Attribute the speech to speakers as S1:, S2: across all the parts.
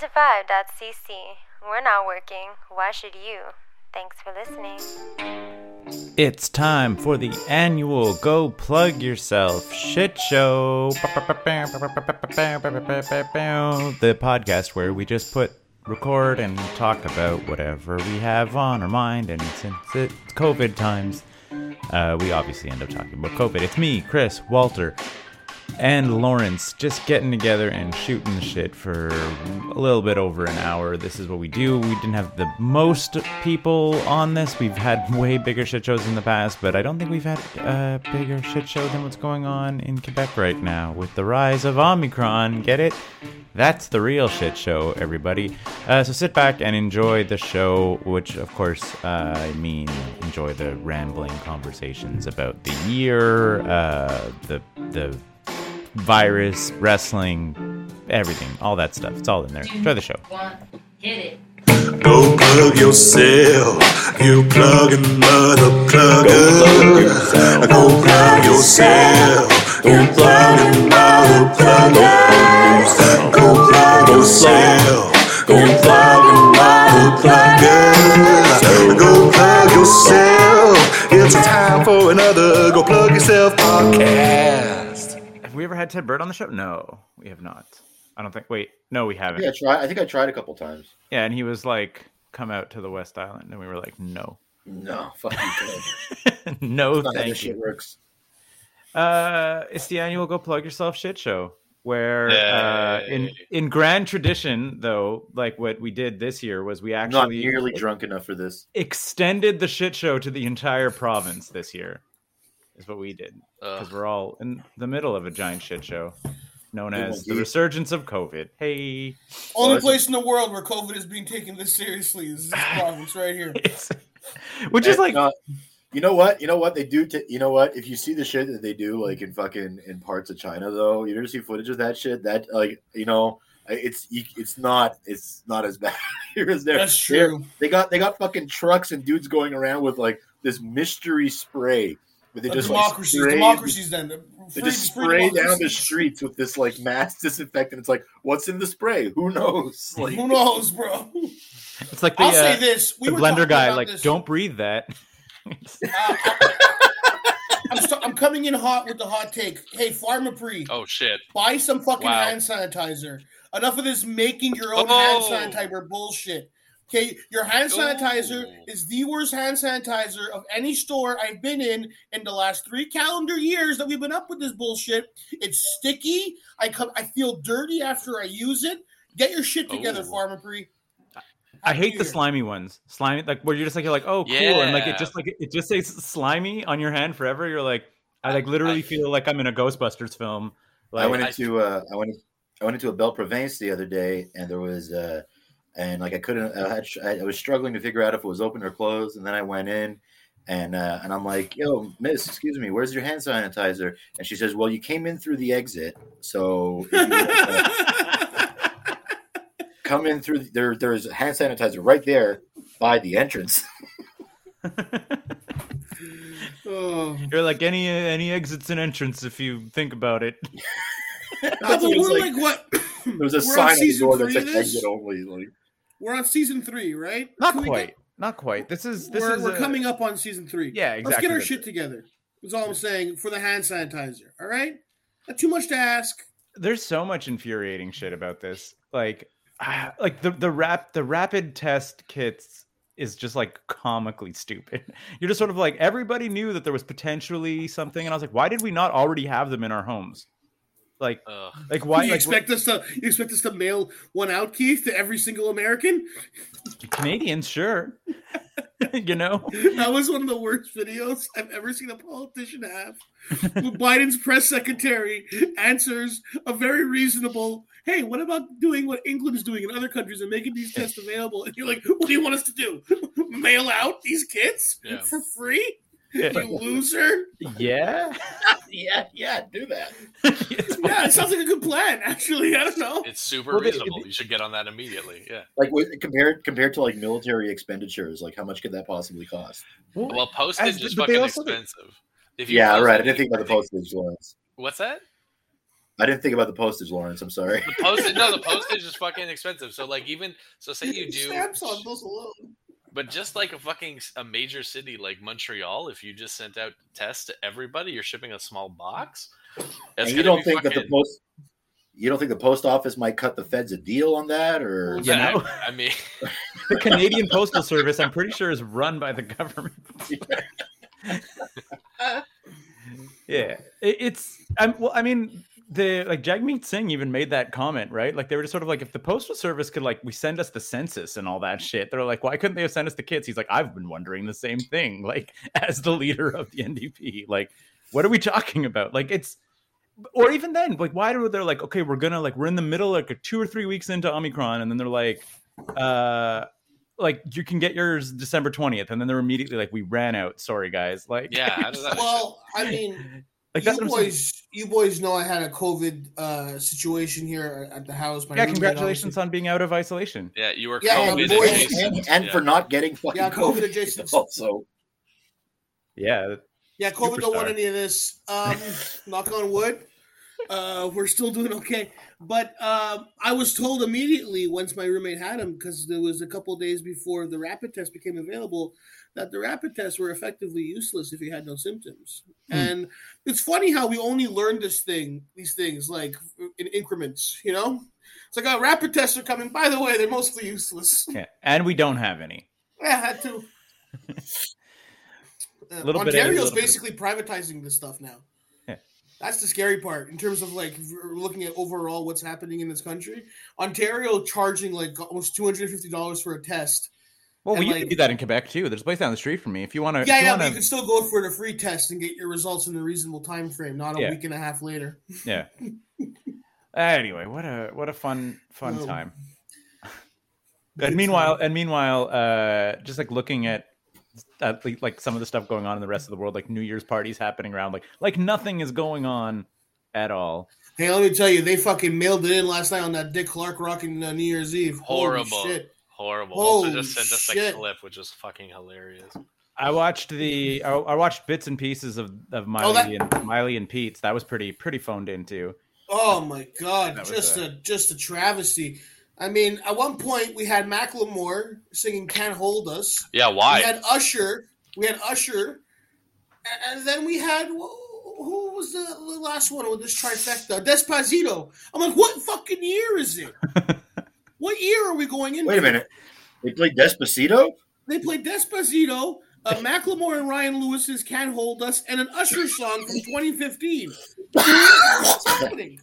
S1: 9to5.cc. We're not working. Why should you? Thanks for listening.
S2: It's time for the annual Go Plug Yourself Shit Show. The podcast where we just put record and talk about whatever we have on our mind. And since it's COVID times, uh, we obviously end up talking about COVID. It's me, Chris, Walter, and Lawrence just getting together and shooting the shit for a little bit over an hour. This is what we do. We didn't have the most people on this. We've had way bigger shit shows in the past, but I don't think we've had a bigger shit show than what's going on in Quebec right now with the rise of Omicron. Get it? That's the real shit show, everybody. Uh, so sit back and enjoy the show, which, of course, uh, I mean, enjoy the rambling conversations about the year, uh, the the virus, wrestling, everything, all that stuff. It's all in there. Enjoy the show.
S3: One, hit it.
S4: Go plug yourself. You plugging mother plugger. Go plug yourself. You plugging mother plugger. Go plug yourself. You plugging mother plugger. Go plug yourself. It's time for another Go Plug Yourself podcast.
S2: Have we ever had Ted Bird on the show? No, we have not. I don't think. Wait, no, we haven't.
S5: Yeah, I tried. I think I tried a couple times.
S2: Yeah, and he was like, "Come out to the West Island," and we were like, "No,
S5: No, fucking good.
S2: no,
S5: Not how this
S2: thank
S5: shit
S2: you."
S5: works.
S2: Uh, it's the annual Go Plug Yourself Shit Show, where uh, in in grand tradition, though, like what we did this year was we
S5: I'm not
S2: actually
S5: nearly drunk enough for this.
S2: extended the shit show to the entire province this year. Is what we did because we're all in the middle of a giant shit show known
S5: Good
S2: as the
S5: idea.
S2: resurgence of COVID. Hey,
S6: Only
S5: Well,
S6: place in the world where COVID is being taken this seriously is this province right here.
S2: It's- which is
S5: And
S2: like
S5: not- you know what? You know what they do. To, you know what? If you see the shit that they do, like in fucking in parts of China, though, you ever see footage of that shit? That like, you know, it's you- it's not it's not as bad here as there.
S6: That's
S5: They're-
S6: true.
S5: They got they got fucking trucks and dudes going around with like this mystery spray. But they
S6: Uh,
S5: just like,
S6: democracies,
S5: spray-
S6: democracies. Then
S5: They
S6: Free-
S5: just
S6: free
S5: spray down the
S6: democracies.
S5: streets with this like mass disinfectant. It's like, what's in the spray? Who knows? Like,
S6: Who knows, bro?
S2: it's like the,
S6: I'll say
S2: uh,
S6: this: we
S2: the
S6: were
S2: blender
S6: talking
S2: guy
S6: about
S2: like
S6: this-
S2: don't breathe that.
S6: Uh, I'm, st- I'm coming in hot with the hot take. Hey, Pharmapre,
S7: Oh shit!
S6: buy some fucking
S7: Wow.
S6: hand sanitizer. Enough of this making your own
S7: Oh.
S6: hand sanitizer bullshit. Okay, your hand sanitizer
S7: Ooh.
S6: is the worst hand sanitizer of any store I've been in in the last three calendar years that we've been up with this bullshit. It's sticky. I come, I feel dirty after I use it. Get your shit together,
S7: Ooh.
S6: Pharmapre.
S2: I hate the
S6: Here.
S2: slimy ones. Slimy like where you're just like you're like oh cool and like it
S7: Yeah.
S2: just like it just says slimy on your hand forever. You're like I like literally
S7: I-
S2: feel like I'm in a Ghostbusters film. Like
S5: I went into uh, I went I went into a Belle Provence the other day, and there was uh, and like I couldn't I, had, I was struggling to figure out if it was open or closed, and then I went in. And, uh, and I'm like, yo, miss, excuse me, where's your hand sanitizer? And she says, well, you came in through the exit. So if you want to come in through, the, there, there's hand sanitizer right there by the entrance.
S6: Oh.
S2: You're like any any exits and entrance if you think about it.
S6: No,
S5: It was
S6: but we're
S5: like-
S6: like, what?
S5: There was a
S6: We're on
S5: sign on the
S6: season
S5: door that
S6: three
S5: said
S6: of this?
S5: exit only. Like,
S6: We're on season three, right?
S2: Not
S6: Can we get-
S2: quite. Not quite. This is this
S6: we're,
S2: is
S6: we're
S2: a-
S6: coming up on season three.
S2: Yeah,
S6: Let's get
S2: exactly.
S6: our shit together. That's all I'm saying for the hand sanitizer. All right, not too much to ask.
S2: There's so much infuriating shit about this. Like ah, like the the rap the rapid test kits is just like comically stupid. You're just sort of like everybody knew that there was potentially something and I was like why did we not already have them in our homes? Like
S7: Ugh.
S2: like why
S6: Uh, you
S2: like,
S6: expect us to? You expect us to mail one out, Keith, to every single American?
S2: Canadians sure. you know?
S6: That was one of the worst videos I've ever seen a politician have. Biden's press secretary answers a very reasonable. Hey, what about doing what England is doing in other countries and making these tests available? And you're like, what do you want us to do? Mail out these kits
S7: Yeah.
S6: for free?
S2: Yeah.
S6: You loser.
S2: yeah.
S5: yeah, yeah, do that.
S2: It's fine.
S6: Yeah, it sounds like a good plan, actually. I don't know.
S7: It's super
S2: Well, they-
S7: reasonable. you should get on that immediately. Yeah.
S5: Like with- compared compared to like military expenditures, like how much could that possibly cost?
S7: Well, postage
S2: As-
S7: is
S2: but they
S7: fucking
S2: also-
S7: expensive. If
S5: Yeah,
S7: post
S5: right. I
S7: it,
S5: didn't think about the
S7: you-
S5: postage ones.
S7: What's that?
S5: I didn't think about the postage, Lawrence. I'm sorry.
S7: The postage, no, the postage is fucking expensive. So like, even so, say you
S8: Stamps on
S7: do,
S8: those alone.
S7: but just like a fucking s- a major city like Montreal, if you just sent out tests to everybody, you're shipping a small box. That's
S5: and you
S7: gonna
S5: don't
S7: be
S5: think that the
S7: fucking-
S5: post you don't think the post office might cut the feds a deal on that or
S2: you
S7: Yeah,
S2: know?
S7: I mean,
S2: The Canadian Postal Service, I'm pretty sure, is run by the government. yeah, It- it's. I'm, well, I mean, the like Jagmeet Singh even made that comment, right? Like they were just sort of like, if the Postal Service could like we send us the census and all that shit, they're like, why couldn't they have sent us the kids? He's like, I've been wondering the same thing. Like as the leader of the NDP, like what are we talking about? Like it's. Or even then, like, why do they're like, okay, we're gonna like, we're in the middle, like, two or three weeks into Omicron, and then they're like, uh like you can get yours December 20th and then they're immediately like we ran out sorry guys like
S7: yeah. How does that make sense?
S6: Well, I mean,
S2: like that's
S6: you
S2: what I'm saying.
S6: boys, you boys know I had a COVID uh, situation here at the house. My
S2: yeah
S6: roommate
S2: congratulations on being out of isolation
S7: yeah, you were
S6: Yeah,
S7: COVID.
S6: the
S5: and,
S6: boys-
S7: adjacent.
S5: and- and for
S7: Oh, Yeah.
S5: not getting fucking
S6: Yeah,
S5: COVID,
S6: COVID adjacent.
S5: also
S2: yeah
S6: Yeah, COVID don't want
S2: Superstar.
S6: any of this. Um, knock on wood.
S8: Uh, we're still doing okay. But um, I was told immediately once my roommate had him, because there was a couple days before the rapid test became available, that the rapid tests were effectively useless if you had no symptoms.
S2: Hmm.
S8: And it's funny how we only learn this thing, these things, like in increments. You know, it's like oh, rapid tests are coming. By the way, they're mostly useless.
S2: yeah and we don't have any
S8: I had to.
S6: Uh,
S2: Little bit of-
S6: Ontario's
S2: little bit of-
S6: basically privatizing this stuff now.
S2: Yeah.
S6: That's the scary part in terms of like v- looking at overall what's happening in this country. Ontario charging like almost two hundred fifty dollars for a test.
S2: well
S6: And,
S2: we used to
S6: like-
S2: do that in Quebec too there's a place down the street from me if you want to
S6: Yeah,
S2: you
S6: yeah, but
S2: wanna,
S6: you can still go for a free test and get your results in a reasonable time frame, not a
S2: Yeah.
S6: week and a half later.
S2: yeah anyway what a what a fun fun
S6: Well,
S2: time and meanwhile and meanwhile uh just like looking at at le- like some of the stuff going on in the rest of the world like new year's parties happening around like like nothing is going on at all
S6: Hey, let me tell you, they fucking mailed it in last night on that Dick Clark rocking uh, New Year's Eve. Holy
S7: Horrible.
S6: shit.
S7: Horrible. also
S6: Holy
S7: just sent us
S6: shit.
S7: a clip, which is fucking hilarious.
S2: I watched the I, I watched bits and pieces of of Miley
S6: that-
S2: and Miley and Pete's. That was pretty pretty phoned into.
S6: Oh my god,
S2: That was
S6: just
S2: a-
S6: a just a travesty. I mean, at one point we had Macklemore singing "Can't Hold Us."
S7: Yeah, why?
S6: We had Usher. We had Usher, A- and then we had wh- who was the, the last one with this trifecta? Despacito. I'm like, what fucking year is it? what year are we going into?
S5: wait a minute. They played Despacito?
S8: They played Despacito, uh, Macklemore and Ryan Lewis's "Can't Hold Us," and an Usher song from 2015.
S6: What's happening?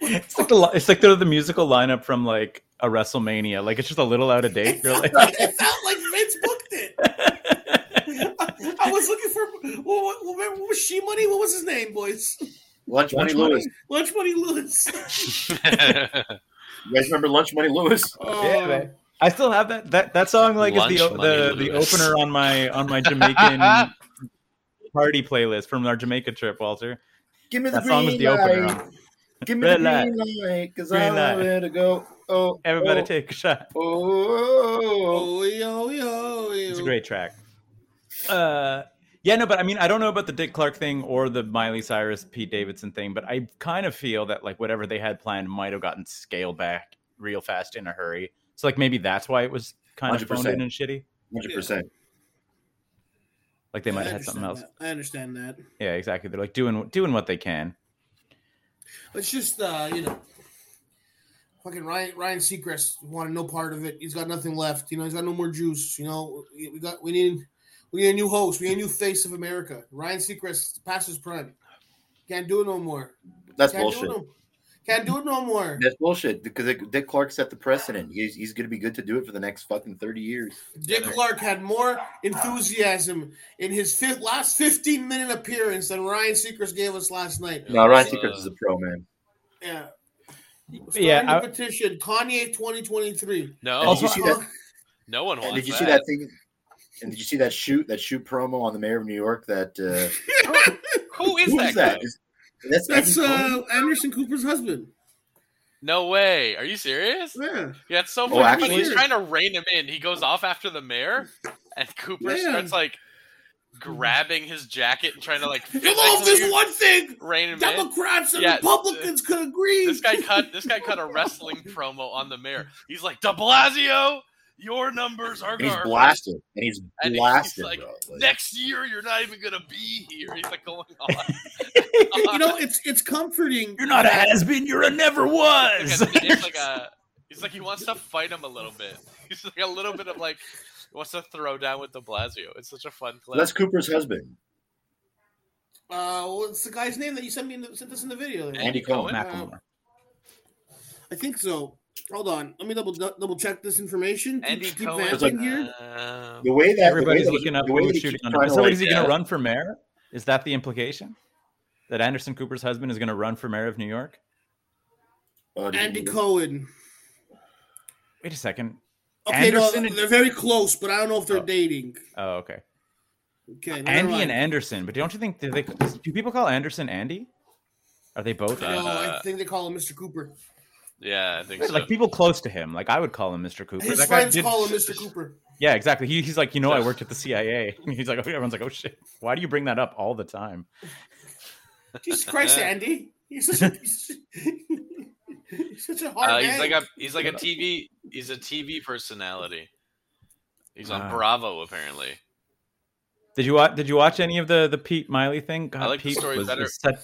S2: It's like the li- it's like they're the musical lineup from like a WrestleMania. Like it's just a little out of date. You're like,
S6: It felt like Vince booked it. I, I was looking for what, what, what was she money? What was his name, boys?
S5: Lunch,
S2: Lunch
S5: Money
S2: Money?
S5: Lewis.
S6: Lunch Money Lewis.
S5: You guys remember Lunch Money Lewis?
S6: Oh,
S2: Yeah, man. I still have that that that song. Like is the
S7: Lunch
S2: o-
S7: Money
S2: the the
S7: Lewis.
S2: opener on my on my Jamaican party playlist from our Jamaica trip. Walter,
S5: Give me the
S2: that
S5: green
S2: song was the opener.
S5: light.
S2: on.
S5: Give me
S2: Red
S5: the green light, because I
S2: Green
S5: don't
S2: light.
S5: know where to go. Oh,
S2: Everybody
S5: oh,
S2: take a shot.
S5: Oh, oh, oh, oh.
S6: Oh yo yo yo.
S2: It's a great track. Uh, yeah, no, but I mean, I don't know about the Dick Clark thing or the Miley Cyrus, Pete Davidson thing, but I kind of feel that like whatever they had planned might have gotten scaled back real fast in a hurry. So like maybe that's why it was kind of phoned
S5: 100%.
S2: in and shitty.
S5: 100%.
S2: Like they might
S6: I
S2: have had something else.
S6: understand that. I understand that.
S2: Yeah, exactly. They're like doing doing what they can.
S6: It's just uh, you know, fucking Ryan Ryan Seacrest wanted no part of it. He's got nothing left. You know, he's got no more juice. You know, we we got we need we need a new host. We need a new face of America. Ryan Seacrest past his prime. Can't do it no more.
S5: That's
S6: Can't do
S5: bullshit.
S6: it no, can't do it no more.
S5: That's bullshit because Dick- Dick Clark set the precedent. He's, he's going to be good to do it for the next fucking 30 years.
S6: Dick Clark had more enthusiasm in his fifth, last 15 minute appearance than Ryan Seacrest gave us last night.
S5: No, Ryan
S7: Uh,
S5: Seacrest is a pro, man.
S6: Yeah.
S2: Yeah,
S6: Starting
S2: I-
S6: the petition, Kanye 2023.
S7: no,
S5: And did you see that?
S7: no one wants
S5: And did you
S7: that.
S5: see that thing? And did you see that shoot that shoot promo on the mayor of New York? That uh,
S7: Who is
S5: who
S7: that?
S5: is that?
S7: guy?
S5: Is- that's
S8: That's
S5: Eddie Cohen?
S8: uh, Anderson Cooper's husband.
S7: No way. Are you serious?
S8: Yeah.
S7: Yeah, it's so
S5: Oh,
S7: funny.
S5: actually-
S7: He's trying to rein him in. He goes off after the mayor, and Cooper
S8: Yeah.
S7: starts like grabbing his jacket and trying to like.
S8: You know, if there's one thing
S7: Rain and
S8: Democrats and
S7: Yeah,
S8: Republicans could agree.
S7: This guy cut. This guy cut a wrestling promo on the mayor. He's like, De Blasio, your numbers are
S5: And he's
S7: garbage.
S5: blasted. And he's
S7: And he's
S5: blasted,
S7: like,
S5: bro. Like,
S7: Next year, you're not even gonna be here. He's like going on.
S8: you know, it's it's comforting.
S2: You're not a has been, you're a never was.
S7: It's like a- it's like a- he's like he wants to fight him a little bit. He's like a little bit of like he wants to throw down with De Blasio. It's such a fun clip.
S5: Les Cooper's husband,
S8: Uh,
S6: Uh, what's the guy's name that you sent me in the, sent us in the video?
S7: Andy
S5: Andy Cohen.
S7: Cohen?
S2: Macklemore.
S6: I think so. Hold on, let me double double check this information. Keep-
S7: Andy
S6: keep
S7: Cohen. uh,
S6: vamping here.
S7: Um,
S5: The way that
S2: Everybody's
S5: the way that-
S2: looking up
S5: the way
S2: who's
S5: that he
S2: shooting
S5: keeps
S2: on
S5: trying
S2: him.
S5: to,
S2: So
S5: like,
S2: is he going
S7: yeah.
S2: to run for mayor? Is that the implication? That Anderson Cooper's husband is going to run for mayor of New York? e-
S5: oh, dude,
S6: Andy Cohen.
S2: Wait a second.
S6: Okay, no,
S2: Anderson and-
S6: they're very close, but I don't know if they're
S2: Oh.
S6: dating.
S2: Oh, okay.
S6: Okay, never
S2: Andy
S6: mind.
S2: and Anderson, but don't you think do they do people call Anderson Andy? Are they both
S6: No, I
S7: Uh,
S6: think they call him Mr. Cooper.
S7: yeah, I think so.
S2: like people close to him? Like I would call him Mr. Cooper.
S6: His
S2: That guy
S6: friends
S2: did-
S6: call him Mr. Cooper.
S2: Yeah, exactly. He, he's like, you know, I worked at the CIA. he's like, everyone's like, oh shit, why do you bring that up all the time?
S6: Jesus Christ, Andy. He's such a, he's such a- he's such a hard
S7: Uh,
S6: man.
S7: he's like a he's like a TV he's a TV personality. He's on
S2: Ah.
S7: Bravo apparently.
S2: Did you watch? Did you watch any of the the Pete Miley thing? God,
S7: I like the
S2: Pete
S7: story
S2: was
S7: better.
S2: is such,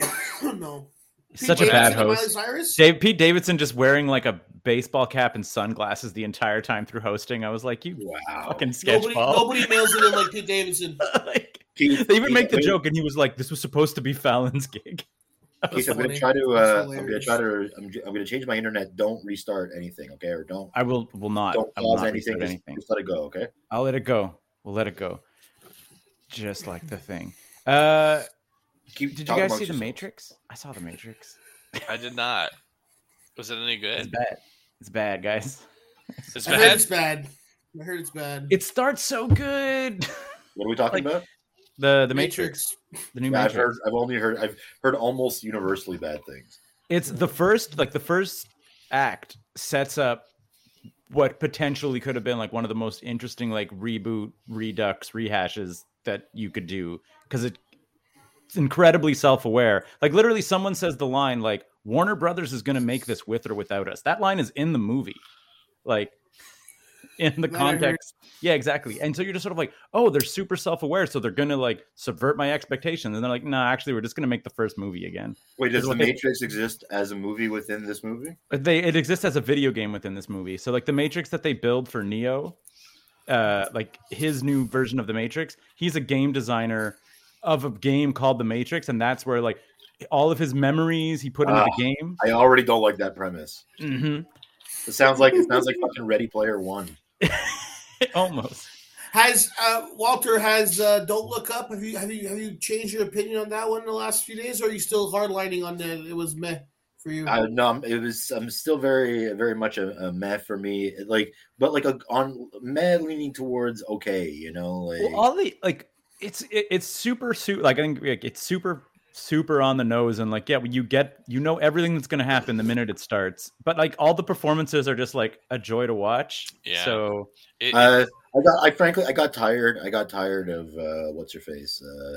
S6: no.
S2: such a
S6: Pete
S2: bad
S6: Davidson and
S2: host.
S6: Miley Cyrus?
S2: Dave, Pete Davidson just wearing like a baseball cap and sunglasses the entire time through hosting. I was like, you
S5: Wow.
S2: fucking
S6: Nobody,
S2: sketchball.
S6: nobody mails it in like Pete Davidson.
S2: like,
S5: Keith-
S2: they even
S5: Keith,
S2: make the
S5: wait-
S2: joke, and he was like, this was supposed to be Fallon's gig.
S5: Keith, I'm gonna
S6: funny.
S5: try to.
S6: That's
S5: Uh, I'm gonna
S6: hilarious.
S5: try to. I'm, j- I'm gonna change my internet. Don't restart anything, okay? Or don't
S2: I will will not.
S5: don't
S2: I will
S5: pause
S2: not
S5: anything.
S2: anything,
S5: Just,
S2: anything.
S5: just let it go, okay?
S2: I'll let it go. We'll let it go. Just like the thing. Uh,
S5: Keep,
S2: did you
S5: talk
S2: guys
S5: amongst
S2: see the
S5: yourselves.
S2: Matrix? I saw the Matrix.
S7: I did not. Was it any
S2: It's
S7: good?
S2: bad. It's bad, guys.
S7: It's
S6: I heard
S7: bad.
S6: it's bad. I heard it's bad.
S2: It starts so good.
S5: What are we talking
S2: Like,
S5: about?
S2: the the Matrix, the new
S5: Yeah, I've
S2: Matrix.
S5: heard. I've only heard. I've heard almost universally bad things.
S2: It's the first like the first act sets up what potentially could have been like one of the most interesting like reboot, redux, rehashes that you could do because it it's incredibly self-aware. Like literally someone says the line like Warner Brothers is going to make this with or without us. That line is in the movie. Like in the
S6: That I heard.
S2: context. Yeah, exactly. And so you're just sort of like, "Oh, they're super self-aware, so they're going to like subvert my expectations." And they're like, "No, actually, we're just going to make the first movie again."
S5: Wait, does
S2: Is
S5: the
S2: what they-
S5: Matrix exist as a movie within this movie?
S2: But they it exists as a video game within this movie. So like the Matrix that they build for Neo, uh, like his new version of the Matrix, he's a game designer of a game called the Matrix, and that's where like all of his memories he put into the game.
S5: I already don't like that premise.
S2: Mhm.
S5: It sounds like it sounds like fucking Ready Player One.
S2: Almost.
S6: Has uh, Walter has uh, don't look up? Have you have you have you changed your opinion on that one in the last few days, or are you still hardlining on that? It was meh for you.
S5: I no, I'm- it was. I'm still very, very much a, a meh for me. It, Like, but like a on meh leaning towards okay, you know, like
S2: Well, all the like it's it, it's super su- like I think like, it's super super on the nose and like yeah well, you get you know everything that's gonna happen the minute it starts but like all the performances are just like a joy to watch
S7: Yeah.
S2: so
S7: It-
S5: uh, I got. I frankly, I got tired. I got tired of uh, what's her face, uh,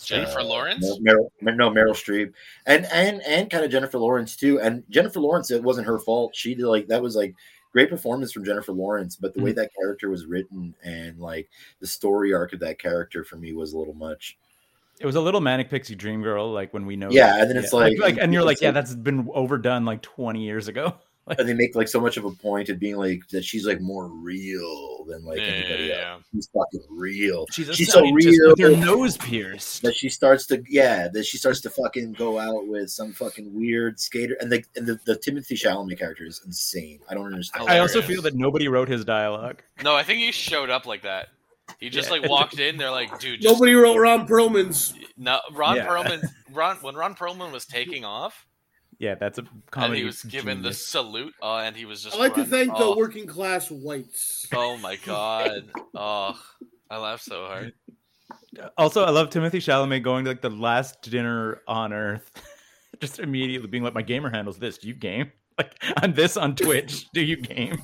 S7: Jennifer
S5: uh,
S7: Lawrence.
S5: Meryl, Meryl, no Meryl Streep, and and and kind of Jennifer Lawrence too. And Jennifer Lawrence, it wasn't her fault. She did like that was like great performance from Jennifer Lawrence, but the
S2: Mm.
S5: way that character was written and like the story arc of that character for me was a little much.
S2: It was a little manic pixie dream girl, like when we know.
S5: Yeah, and then it's like,
S2: and you're
S5: it's
S2: like, yeah, that's been overdone like 20 years ago.
S5: and they make like so much of a point of being like that she's like more real than like
S7: Yeah,
S5: anybody
S7: yeah,
S5: else.
S7: yeah.
S5: She's fucking real.
S2: She's,
S5: She's so
S2: scientist
S5: real.
S2: with her nose pierced.
S5: That she starts to yeah, that she starts to fucking go out with some fucking weird skater and the and the, the Timothy Chalamet character is insane. I don't understand.
S2: I also
S7: Hilarious.
S2: feel that nobody wrote his dialogue.
S7: No, I think he showed up like that. He just
S2: Yeah.
S7: like walked in. They're like, dude, just,
S8: Nobody wrote Ron Perlman's.
S7: No, Ron
S2: Yeah.
S7: Perlman. Ron when Ron Perlman was taking off,
S2: Yeah, that's a
S7: and
S2: comedy.
S7: he was given the
S2: genius.
S7: salute, uh, and he was just.
S8: I like to
S7: run-
S8: thank
S7: oh,
S8: the working class whites.
S7: Oh my god! Oh, I laughed so hard.
S2: Also, I love Timothy Chalamet going to like the last dinner on Earth, just immediately being like, my gamer handles this. Do you game? Like, I'm this on Twitch. Do you game?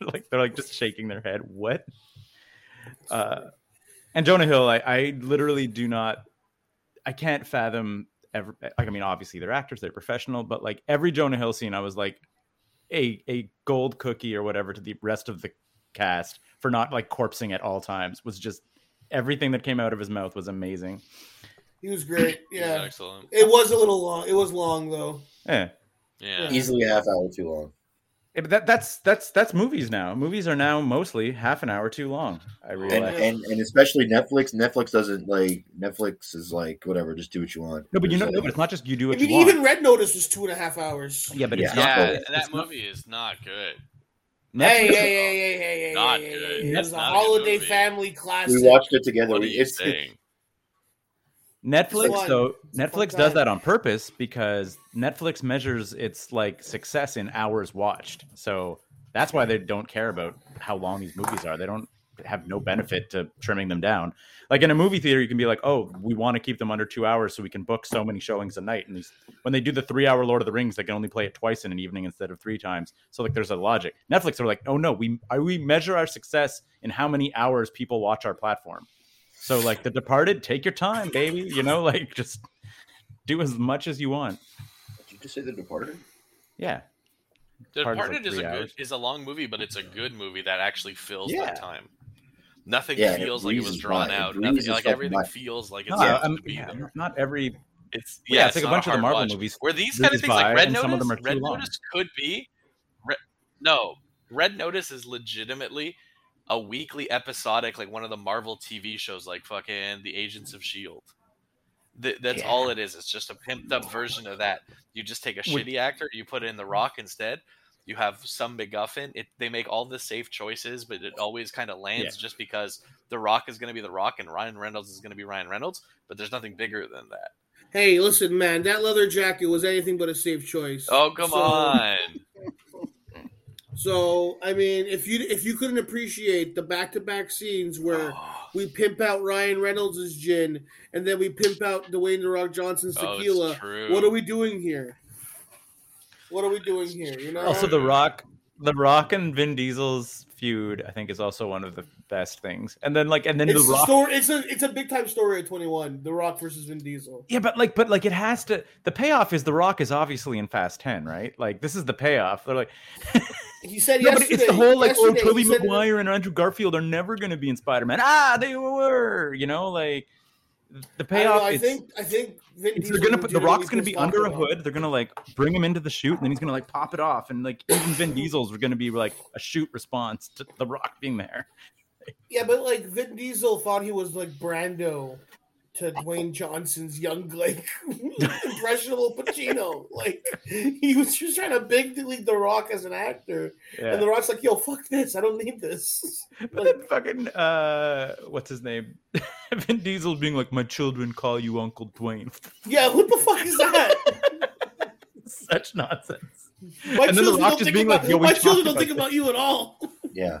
S2: like, they're like just shaking their head. What? Uh, And Jonah Hill, I, I literally do not, I can't fathom ever. Like, I mean, obviously they're actors, they're professional, but like every Jonah Hill scene, I was like a a gold cookie or whatever to the rest of the cast for not like corpsing at all times was just everything that came out of his mouth was amazing.
S6: He was great.
S7: He's
S6: Yeah,
S7: excellent.
S6: it was a little long. It was long though.
S2: Yeah.
S7: Yeah.
S5: Easily a half hour too long.
S2: Yeah, Eh, but that, that's that's that's movies now. Movies are now mostly half an hour too long. I
S5: And,
S2: realize.
S5: and and especially Netflix. Netflix doesn't like Netflix is like whatever, just do what you want.
S2: no, but you know,
S5: There's,
S2: no,
S5: uh,
S2: but it's not just you do
S6: I
S2: what
S6: mean,
S2: you want.
S6: even Red Notice was two and a half hours.
S2: yeah, but it's
S5: Yeah.
S2: not.
S7: Yeah,
S2: it's
S7: that
S2: not-
S7: movie is not good.
S6: Hey, hey,
S2: Netflix-
S6: hey, hey, hey, hey,
S7: Not
S6: hey,
S7: good.
S6: hey. It
S7: That's
S6: was a
S7: not a good
S6: holiday
S7: movie.
S6: family classic.
S5: we watched it together.
S7: What are
S5: we,
S7: you
S5: it's, it's-
S7: saying?
S2: Netflix
S6: It's fun.
S2: though
S6: It's a fun
S2: Netflix does
S6: time.
S2: that on purpose because Netflix measures its like success in hours watched. So that's why they don't care about how long these movies are. They don't have no benefit to trimming them down. Like in a movie theater, you can be like, "Oh, we want to keep them under two hours, so we can book so many showings a night." And these, when they do the three-hour Lord of the Rings, they can only play it twice in an evening instead of three times. So like, there's a logic. Netflix are like, "Oh no, we I- we measure our success in how many hours people watch our platform." So like, The Departed, take your time, baby. You know, like just do as much as you want.
S5: Did you just say The Departed?
S2: Yeah,
S7: The
S2: Part is
S7: Departed
S2: like
S7: is a
S2: three
S7: good
S2: hours.
S7: is a long movie, but it's a good movie that actually fills
S2: Yeah.
S7: that time. Nothing
S5: Yeah, and it
S7: feels like it was
S5: breezes
S7: drawn
S5: by. It
S7: out.
S5: breezes
S7: Nothing, like
S5: up
S7: everything
S5: by.
S7: feels like
S2: no,
S7: it's
S2: I-
S7: supposed
S2: I'm,
S7: to be
S2: yeah,
S7: there.
S2: not every
S7: It's
S2: Yeah,
S7: yeah,
S2: it's like a
S7: not
S2: bunch of the
S7: hard
S2: Marvel
S7: watch.
S2: movies-
S7: Where these kind of
S2: movies
S7: things, like
S2: by,
S7: Red
S2: and
S7: Notice,
S2: some of them are too
S7: Red
S2: long.
S7: Notice could be, Re- no, Red Notice is legitimately a weekly episodic, like one of the Marvel TV shows, like fucking the Agents of Shield. E Th- that's all it is. It's just a pimped up version of that. You just take a
S2: With-
S7: shitty actor, you put in The Rock instead. You have some MacGuffin. It, they make all the safe choices, but it always kind of lands just because The Rock is going to be The Rock and Ryan Reynolds is going to be Ryan Reynolds. But there's nothing bigger than that.
S6: Hey, listen, man, that leather jacket was anything but a safe choice.
S7: Oh come
S6: So-
S7: on!
S6: So, I mean, if you if you couldn't appreciate the back to back scenes where
S7: Oh.
S6: we pimp out Ryan Reynolds' gin and then we pimp out Dwayne the Rock Johnson's
S7: Oh, it's
S6: tequila,
S7: true.
S6: what are we doing here? What are we doing here? You know.
S2: Also, The Rock, The Rock and Vin Diesel's feud, I think, is also one of the best things. And then like, and then
S6: it's
S2: The Rock.
S6: a story. It's a it's a big time story at twenty one. The Rock versus Vin Diesel.
S2: yeah, but like, but like, it has to. The payoff is The Rock is obviously in Fast Ten, right? Like, this is the payoff. They're like,
S6: He said
S2: no, but
S6: yesterday.
S2: it's the whole like, oh,
S6: yesterday,
S2: Tobey
S6: he said-
S2: Maguire and Andrew Garfield are never going to be in Spider Man. Ah, they were. You know, like the
S6: I, don't know,
S2: payoff.
S6: I
S2: is-
S6: think I think Vin
S2: It's,
S6: Diesel
S2: they're gonna put the
S6: legitimately
S2: rock's gonna be
S6: pissed off
S2: under a
S6: about
S2: hood. They're gonna like bring him into the shoot, and then he's gonna like pop it off, and like even Vin Diesel's are gonna be like a shoot response to the rock being there.
S6: Yeah, but like Vin Diesel thought he was like Brando to Dwayne Johnson's young, like impressionable Pacino. Like he was just trying to big league The Rock as an actor,
S2: Yeah.
S6: and The Rock's like, "Yo, fuck this! I don't need this."
S2: but then fucking uh, what's his name? Vin Diesel being like, "My children call you Uncle Dwayne."
S6: Yeah, what the fuck is that?
S2: Such nonsense.
S6: My
S2: and then The
S6: children
S2: Rock
S6: don't
S2: just
S6: think
S2: being
S6: about,
S2: like, "Yo, we
S6: my
S2: talked
S6: children don't
S2: about
S6: think
S2: this."
S6: about you at all."
S5: Yeah,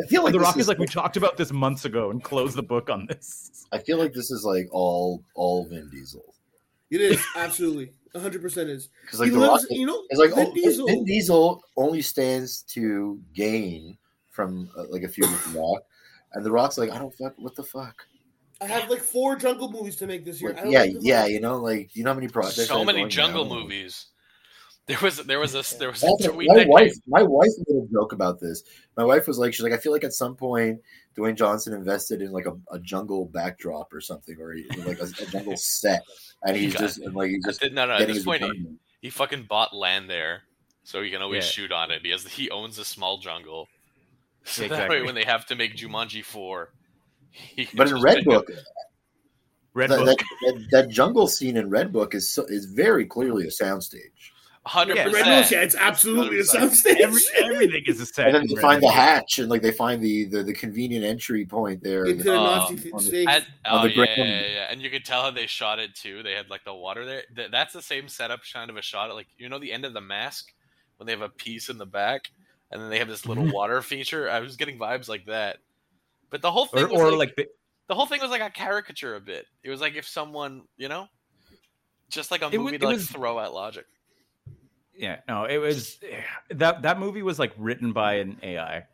S5: I feel like
S2: The
S5: this
S2: Rock is like, "We talked about this months ago and closed the book on this."
S5: I feel like this is like all all Vin Diesel
S6: It is absolutely 100 percent is.
S5: because like
S6: he
S5: the Rock
S6: lives, you know,
S5: It's like
S6: Vin
S5: oh,
S6: Diesel.
S5: Vin Diesel only stands to gain from uh, like a few from The Rock, and The Rock's like, I don't fuck. What the fuck?
S6: I have like four jungle movies to make this year. I
S5: Like,
S6: don't
S5: yeah,
S6: give a
S5: yeah.
S6: fuck.
S5: You know, like you know how many projects.
S7: so
S5: I'm
S7: many
S5: going
S7: jungle
S5: now?
S7: movies. There was there was a there was
S5: That's
S7: a
S5: what-
S7: tweet
S5: my
S7: that
S5: wife,
S7: came-
S5: my wife made a joke about this. My wife was like, she's like, I feel like at some point Dwayne Johnson invested in like a, a jungle backdrop or something, or he- like a, a jungle set, and he's
S7: Got-
S5: just and like he's just
S7: did- no no at
S5: getting
S7: this
S5: his
S7: point he,
S5: retirement.
S7: he fucking bought land there, so he can always
S2: Yeah.
S7: shoot on it. He has he owns a small jungle. So
S2: Yeah,
S7: that way
S2: exactly.
S7: when they have to make Jumanji four, he can
S5: But in
S7: just
S5: Red
S7: pick up-
S5: Book,
S2: Red
S5: that,
S2: Book.
S5: that, that, that jungle scene in Red Book is so, is very clearly a soundstage.
S7: a hundred
S2: Yeah,
S7: percent.
S8: Red Nose, yeah, it's absolutely a soundstage.
S2: Every, everything is a set.
S5: And then
S2: in
S5: they
S2: Red
S5: find the
S2: Book.
S5: hatch and like they find the the, the convenient entry point there.
S6: Into the
S7: Uh,
S6: Nazi
S5: Um, on the-
S6: state.
S7: And,
S5: on
S7: oh
S5: the
S7: yeah, yeah,
S5: ground.
S7: yeah, yeah. and you could tell how they shot it too. They had like the water there. Th- that's the same setup, kind of a shot. At, like you know the end of the mask when they have a piece in the back, and then they have this
S2: Mm-hmm.
S7: little water feature. I was getting vibes like that. But the whole thing
S2: Or,
S7: was
S2: or
S7: like,
S2: like the,
S7: the whole thing was like a caricature a bit. It was like if someone, you know, just like a
S2: It wa-
S7: movie
S2: it
S7: to like
S2: was-
S7: throw out logic.
S2: Yeah, no, it was that that movie was like written by an AI.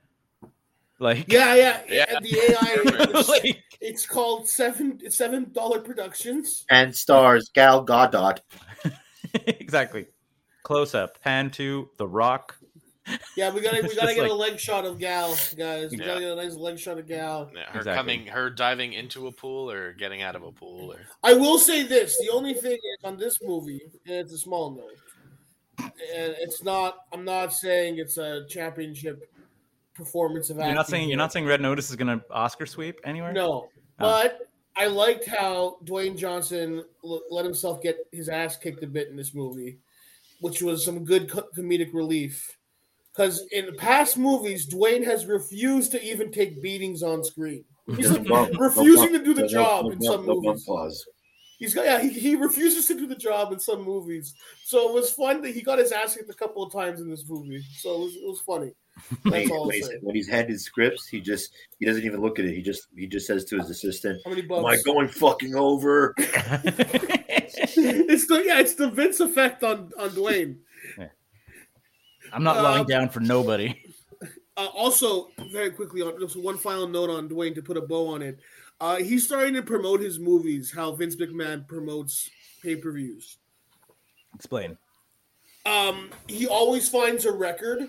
S2: Like,
S6: Yeah, yeah.
S7: Yeah.
S6: yeah. The AI. it's-
S2: like,
S6: It's called seven it's seven dollar productions.
S5: and stars Gal Gadot.
S2: exactly. Close up, pan to the rock.
S6: Yeah, we gotta
S2: It's
S6: we gotta
S2: just
S6: get
S2: like-
S6: a leg shot of Gal, guys. We
S7: Yeah.
S6: gotta get a nice leg shot of Gal.
S7: Yeah, her
S2: Exactly.
S7: coming, her diving into a pool or getting out of a pool, or
S6: I will say this: the only thing is on this movie, and it's a small note, and it's not. I'm not saying it's a championship performance of acting.
S2: You're not saying
S6: here.
S2: you're not saying Red Notice is gonna Oscar sweep anywhere.
S6: No, but I liked how Dwayne Johnson l- let himself get his ass kicked a bit in this movie, which was some good co- comedic relief. Because in past movies, Dwayne has refused to even take beatings on screen. He's
S5: There's a
S6: like,
S5: bump. No
S6: refusing
S5: bump.
S6: to do the
S5: There's no-
S6: job
S5: no
S6: in
S5: bump,
S6: some
S5: no bump
S6: movies.
S5: clause.
S6: He's got yeah, he, he refuses to do the job in some movies. So it was fun that he got his ass kicked a couple of times in this movie. So it was, it was funny. That's all I'll
S5: Wait,
S6: say.
S5: When he's had his scripts, he just he doesn't even look at it. He just he just says to his assistant,
S6: How many
S5: "Am I
S6: bucks?
S5: going fucking over?"
S6: it's the yeah, it's the Vince effect on on Dwayne.
S2: I'm not
S6: Uh,
S2: lying down for nobody.
S6: Uh, also, very quickly, on just one final note on Dwayne to put a bow on it. Uh, he's starting to promote his movies. How Vince McMahon promotes pay per views.
S2: Explain.
S6: Um, he always finds a record.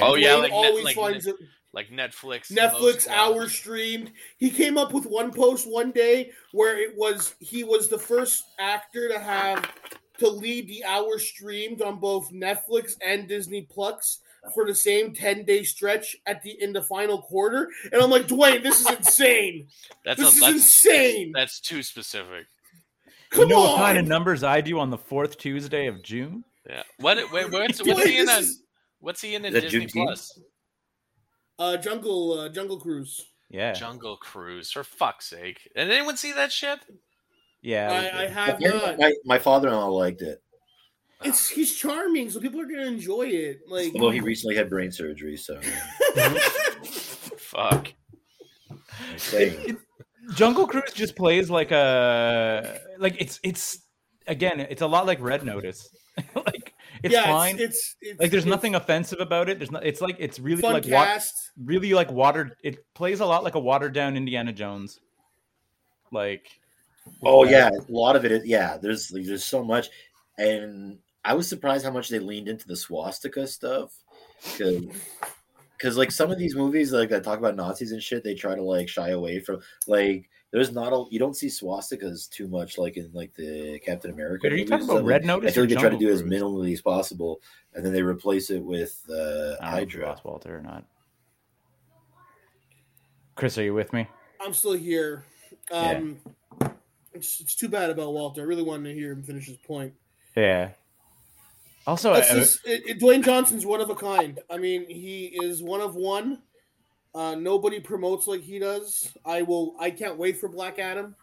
S7: oh yeah,
S6: Dwayne
S7: like,
S6: always
S7: net, like,
S6: finds
S7: net-
S6: a
S7: like Netflix,
S6: Netflix
S7: most uh,
S6: hour
S7: watched.
S6: streamed. He came up with one post one day where it was he was the first actor to have to lead the hour streamed on both Netflix and Disney Plus for the same 10 day stretch at the in the final quarter. And I'm like, Dwayne, this is insane.
S7: That's
S6: this
S7: a,
S6: is
S7: that's,
S6: insane.
S7: That's too specific.
S6: Come
S2: you know
S6: on.
S2: what kind of numbers I do on the fourth Tuesday of June?
S7: Yeah. What? Wait, what's,
S6: Dwayne,
S7: what's he in?
S6: this
S7: On,
S6: is-
S7: what's he in? in
S5: Is that
S7: Disney
S5: Juneteenth?
S7: Plus?
S6: uh, jungle uh, Jungle Cruise.
S2: Yeah,
S7: Jungle Cruise. For fuck's sake! Did anyone see that shit?
S2: yeah. we
S6: I, I
S2: did.
S6: have not.
S5: My, my father-in-law liked it,
S6: It's he's charming, so people are gonna enjoy it. Like
S5: although he recently had brain surgery. So,
S7: Fuck.
S5: I'm saying,
S2: Jungle Cruise just plays like a like it's it's again it's a lot like Red Notice. like it's
S6: yeah,
S2: fine.
S6: It's, it's, it's
S2: like there's
S6: it's
S2: nothing offensive about it. There's not. It's like it's really
S6: fun
S2: like wa-
S6: cast.
S2: really like watered. It plays a lot like a watered down Indiana Jones. Like
S5: oh yeah, a lot of it. Is, yeah, there's like, there's so much, and I was surprised how much they leaned into the swastika stuff, because like some of these movies like that talk about Nazis and shit, they try to like shy away from like. There's not a you don't see swastikas too much like in like the Captain America.
S2: Wait, are you
S5: movies.
S2: talking about
S5: Like,
S2: Red Notice
S5: I feel
S2: or
S5: like they try to
S2: Jungle
S5: do as
S2: Cruise?
S5: minimally as possible, and then they replace it with uh,
S2: I don't know if you
S5: Hydra.
S2: lost Walter or not. Chris, are you with me?
S6: I'm still here. Um, it's, it's too bad about Walter. I really wanted to hear him finish his point.
S2: Yeah. Also,
S6: This
S2: I-
S6: is- it- it- Dwayne Johnson's one of a kind. I mean, he is one of one. Uh, nobody promotes like he does. I will. I can't wait for Black Adam.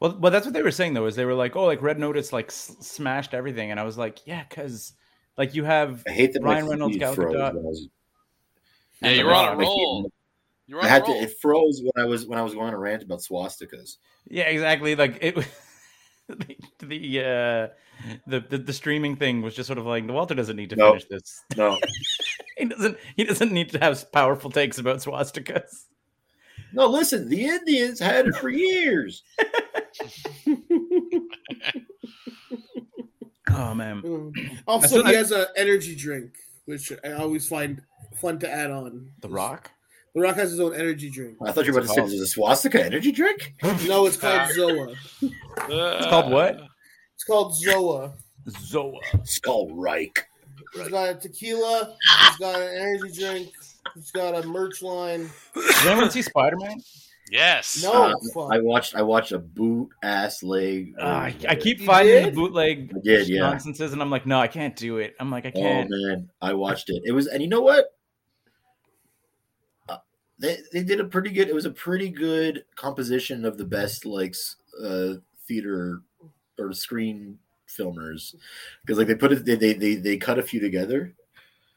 S2: Well, well, that's what they were saying though, is they were like, "Oh, like Red Notice like s- smashed everything," and I was like, "Yeah, because like you have
S5: I hate that
S2: Ryan
S5: my
S2: Reynolds,
S5: feed
S2: Gal
S5: froze
S2: Gadot.
S5: when I was-
S7: Yeah,
S2: And
S7: you were on a
S2: Rob.
S7: roll. You were
S5: I
S7: on a
S5: had to.
S7: roll.
S5: It froze when I was when I was going on a rant about swastikas.
S2: yeah, exactly like it." was- the the, uh, the the the streaming thing was just sort of like Walter doesn't need to
S5: No.
S2: finish this.
S5: No,
S2: He doesn't he doesn't need to have powerful takes about swastikas.
S5: no. Listen, the Indians had it for years.
S2: Oh man,
S6: Mm.
S2: I
S6: Also,
S2: still-
S6: he
S2: I-
S6: has an energy drink, which I always find fun to add on.
S2: The Rock.
S6: The Rock has his own energy drink.
S5: I thought you were about to say
S2: What's it
S5: there's a swastika energy drink.
S6: No, it's called Zoa.
S7: it's
S2: called what?
S6: It's called Zoa.
S2: Zoa.
S5: Skull Reich.
S6: He's got a tequila. He's got an energy drink. He's got a merch line.
S2: Did anyone see Spider Man?
S7: Yes.
S6: No,
S5: Uh,
S6: Oh, fuck.
S5: I watched. I watched a boot ass leg.
S2: Ah,
S5: Oh,
S2: I,
S5: version
S2: I
S5: of it.
S2: keep
S6: You
S2: finding the
S6: did?
S2: bootleg
S5: I did, yeah.
S2: nonsenses, and I'm like, no, I can't do it. I'm like, I
S5: Oh
S2: can't.
S5: man, I watched it. It was, and you know what? Uh, They, they did a pretty good. It was a pretty good composition of the best like s- uh, theater or screen filmers because like they put it they they they, they cut a few together.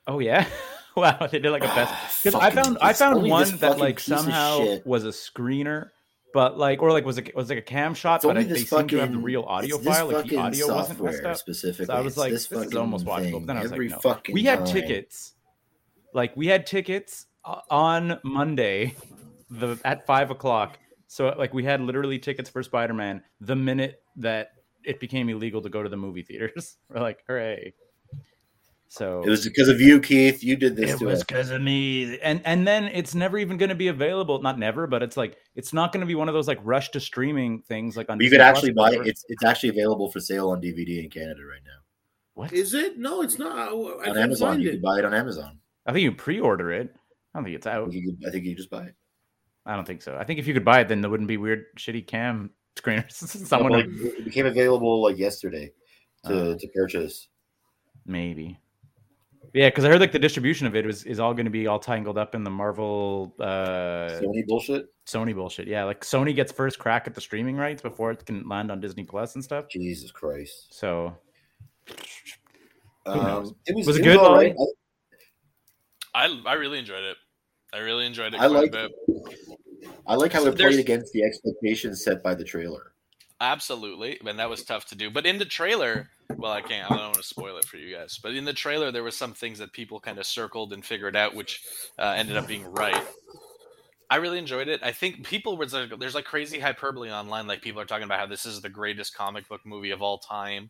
S2: Oh yeah. Wow, they did like a best because I
S5: Fucking-
S2: found I
S5: it's
S2: found
S5: only this
S2: one that
S5: fucking
S2: like
S5: piece of
S2: somehow
S5: shit.
S2: was a screener, but like or like was a, was like a cam shot,
S5: It's
S2: but I,
S5: only
S2: they
S5: this
S2: seemed to have the
S5: fucking-
S2: real audio
S5: it's this
S2: file, like the
S5: fucking
S2: audio wasn't
S5: software
S2: messed up.
S5: specifically.
S2: So I was
S5: It's
S2: like,
S5: this,
S2: this, is
S5: fucking
S2: almost watchable.
S5: thing
S2: But then I was
S5: every
S2: like, no.
S5: fucking
S2: We had
S5: time.
S2: tickets like we had tickets o- on Monday, the at five o'clock. So like we had literally tickets for Spider Man the minute that it became illegal to go to the movie theaters. We're like, hooray! So
S5: It was because of you, Keith. You did this
S2: it
S5: to
S2: was
S5: us.
S2: because of me and and then it's never even going to be available not never but it's like it's not going to be one of those like rush to streaming things like on
S5: You
S2: Disney
S5: could
S2: Plus
S5: actually
S2: or
S5: buy it.
S2: whatever.
S5: It's it's actually available for sale on DVD in Canada right now.
S2: what
S8: Is it? No, it's not. I- I
S5: On
S8: can't
S5: Amazon,
S8: find
S5: you
S8: it.
S5: can buy it on Amazon.
S2: i think you pre-order it i don't think it's out
S5: You could- I think you just buy it.
S2: i don't think so i think if you could buy it then there wouldn't be weird shitty cam screeners someone Uh,
S5: Someone like, it became available like yesterday to, to purchase.
S2: maybe yeah because i heard like the distribution of it was is all going to be all tangled up in the marvel uh
S5: Sony bullshit.
S2: sony bullshit yeah like sony gets first crack at the streaming rights before it can land on disney plus and stuff
S5: Jesus Christ.
S2: so Who knows?
S5: Um, it was,
S2: Was it
S5: it
S2: good,
S5: all
S2: Ollie?
S5: right.
S7: I I really enjoyed it. I really enjoyed it.
S5: I, I
S7: quite a
S5: like.
S7: bit.
S5: I like how it
S7: There's-
S5: played against the expectations set by the trailer.
S7: Absolutely, and that was tough to do. But in the trailer, well, I can't. I don't want to spoil it for you guys. But in the trailer, there were some things that people kind of circled and figured out, which uh, ended up being right. I really enjoyed it. I think people were there's like crazy hyperbole online. Like people are talking about how this is the greatest comic book movie of all time.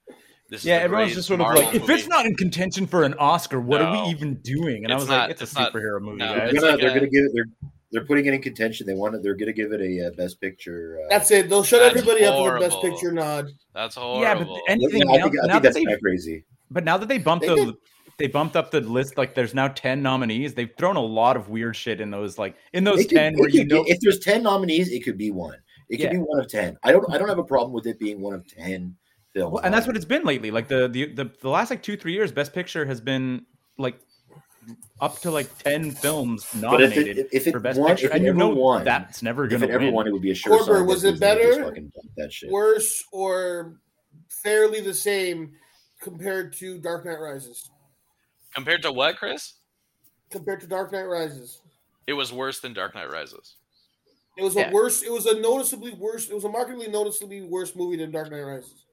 S7: This
S2: Yeah,
S7: is the
S2: everyone's
S7: greatest
S2: just sort
S7: Marvel
S2: of like, if
S7: movie.
S2: it's not in contention for an Oscar, what are
S7: No.
S2: we even doing? And I
S7: It's
S2: was
S7: not-
S2: like, it's,
S7: it's
S2: a
S7: not-
S2: superhero movie,
S7: no.
S2: guys.
S5: They're gonna,
S7: like uh,
S5: they're
S7: a-
S5: gonna give it. They're they're putting it in contention. They want it. They're gonna give it a uh, best picture. Uh,
S6: That's it. They'll shut
S7: That's
S6: everybody up with a best
S7: horrible.
S6: picture nod.
S7: That's
S2: Yeah, but
S7: horrible.
S2: anything
S5: I
S2: now,
S5: think, I
S2: now
S5: think
S2: that
S5: that's
S2: they
S5: kinda crazy.
S2: but now that they bumped
S6: They
S2: the
S6: did.
S2: they bumped up the list, like there's now ten nominees. They've thrown a lot of weird shit in those, like in those
S5: It could-
S2: ten
S5: it
S2: where you
S5: could
S2: know.
S5: be- if there's ten nominees, it could be one. It could
S2: Yeah.
S5: be one of ten. I don't. I don't have a problem with it being one of ten films.
S2: Well, and that's what it's been lately. Like the, the the the last like two three years, Best Picture has been like up to like ten films
S5: But if it-
S2: nominated
S5: if it
S2: for Best
S5: won-
S2: Picture,
S5: if it
S2: and you
S5: ever
S2: know
S5: won-
S2: that's never
S5: If
S2: gonna
S5: it ever
S2: win.
S5: won, it would be a sure.
S6: Corber,
S5: sign
S6: was
S5: that
S6: it
S5: Disney would just
S6: better?
S5: fucking dump That shit.
S6: Worse or fairly the same compared to Dark Knight Rises.
S7: Compared to what, Chris?
S6: Compared to Dark Knight Rises.
S7: It was worse than Dark Knight Rises.
S6: It was
S2: Yeah.
S6: a worse. It was a noticeably worse. It was a markedly noticeably worse movie than Dark Knight Rises.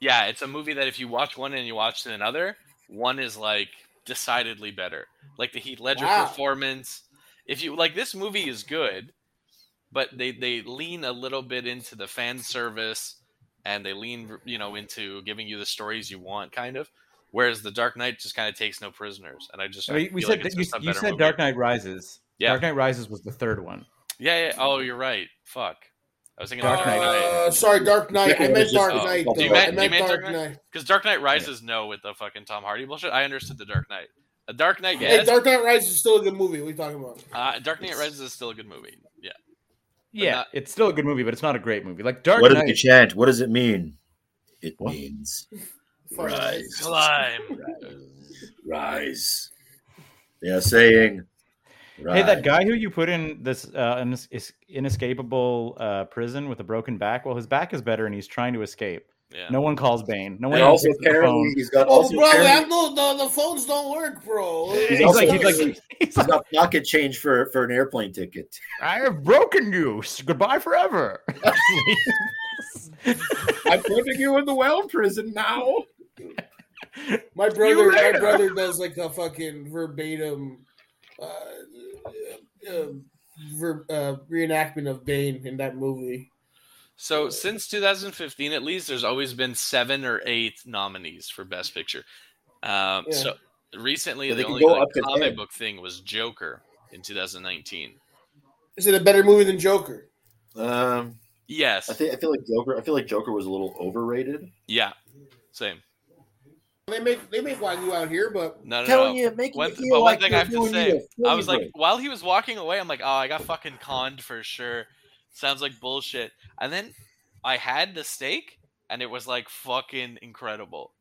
S7: Yeah, it's a movie that if you watch one and you watch another, one is like decidedly better. Like the Heath Ledger
S6: Wow.
S7: performance. If you like this movie is good, but they they lean a little bit into the fan service and they lean you know into giving you the stories you want kind of. Whereas the Dark Knight just kind of takes no prisoners, and I just
S2: I
S7: I
S2: mean, we
S7: feel
S2: said
S7: like it's
S2: that you,
S7: just a
S2: you
S7: better
S2: said
S7: movie.
S2: Dark Knight Rises.
S7: Yeah.
S2: Dark Knight Rises was the third one.
S7: Yeah, yeah. Oh, you're right. Fuck. I was thinking
S2: Dark
S7: Dark Knight.
S6: Uh, sorry, Dark Knight. I meant Dark
S7: Oh.
S6: Knight.
S5: Do you
S6: though.
S7: meant-
S6: I
S7: you
S6: meant
S7: meant
S6: Dark
S7: Dark
S6: Knight.
S7: Because Dark Knight Rises, no, with the fucking Tom Hardy bullshit. I understood the Dark Knight. A Dark Knight,
S6: Hey,
S7: yes.
S6: Dark Knight Rises is still a good movie. What are you talking about?
S7: Uh, Dark Knight Rises is still a good movie. Yeah.
S2: Yeah,
S7: not-
S2: it's still a good movie, but it's not a great movie. Like Dark
S5: What did
S2: Knight.
S5: the chant? What does it mean? It
S2: What?
S5: means
S6: Fuck.
S5: rise,
S7: Climb.
S5: rise. They are saying, rise.
S2: Hey, that guy who you put in this uh, ines- is- inescapable uh, prison with a broken back. Well, his back is better, and he's trying to escape.
S7: Yeah.
S2: No one calls Bane. No one.
S5: And
S2: even
S5: also
S2: picks up the
S5: apparently
S2: phone.
S5: he's got
S6: Oh,
S5: also
S6: bro,
S5: apparently-
S6: I'm no, the, the phones don't work, bro.
S2: He's,
S5: also
S2: like, he's
S5: got-
S2: like, he's
S5: he's
S2: like,
S5: got pocket change for for an airplane ticket.
S2: I have broken you. Goodbye forever.
S5: I'm putting you in the well prison now.
S6: My brother, my
S2: later.
S6: brother does like a fucking verbatim, uh, uh, ver, uh, reenactment of Bane in that movie.
S7: So since 2015, at least, there's always been seven or eight nominees for Best Picture. Um,
S6: Yeah.
S7: So recently,
S5: So they
S7: the
S5: can
S7: only
S5: go
S7: like,
S5: up to
S7: comic
S5: 10.
S7: book thing was Joker in 2019.
S6: Is it a better movie than Joker?
S5: Um,
S7: Yes.
S5: I think I feel like Joker. I feel like Joker was a little overrated.
S7: yeah. Same.
S6: They make they make Wagyu out here, but
S7: No, no, no.
S5: Telling you, making
S7: One
S5: you
S7: th-
S5: feel
S7: but one
S5: like
S7: thing
S5: you're
S7: I have to
S5: doing
S7: say,
S5: you a
S7: I was like,
S5: favor.
S7: while he was walking away, I'm like, oh, I got fucking conned for sure. Sounds like bullshit. And then I had the steak, and it was like fucking incredible.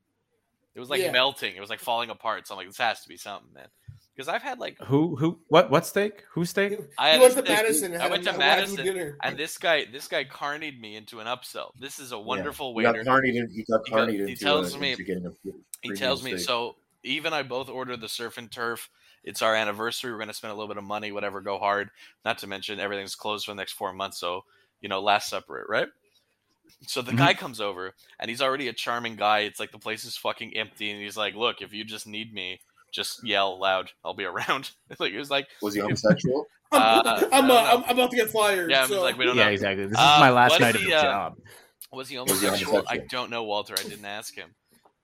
S7: It was like
S6: Yeah.
S7: melting. It was like falling apart. So I'm like, this has to be something, man. Because I've had like
S2: who? Who? What? What steak? Who steak?
S7: I
S6: he
S7: had a
S6: went to
S7: steak,
S6: Madison. and
S7: I
S6: had
S7: went
S6: a
S7: to
S6: Wagyu
S7: Madison,
S6: dinner.
S7: and this guy, this guy carnied me into an upsell. This is a wonderful
S5: He got
S7: waiter.
S5: carnied in- he got
S7: He got-
S5: carnied
S7: he
S5: into,
S7: tells
S5: uh,
S7: me-
S5: into getting a pre-
S7: He
S5: premium
S7: tells me
S5: steak.
S7: so. Eve and I both ordered the surf and turf. It's our anniversary. We're going to spend a little bit of money, whatever. Go hard. Not to mention everything's closed for the next four months, so you know, last supper, right? So the
S2: Mhm.
S7: guy comes over and he's already a charming guy. It's like the place is fucking empty, and he's like, "Look, if you just need me, just yell loud. I'll be around. like it was like
S5: Was he homosexual?
S7: Uh,
S8: I'm,
S7: I don't
S8: uh,
S7: know.
S8: I'm, I'm about to get fired.
S7: yeah, I'm
S8: so.
S7: like we don't
S9: yeah,
S7: know.
S9: exactly. This is
S7: Uh,
S9: my last
S7: what
S9: night of
S7: if he,
S9: the
S7: uh,
S9: job.
S7: Was he
S5: Was he
S7: homosexual? I
S5: homosexual?
S7: don't know, Walter. I didn't ask him.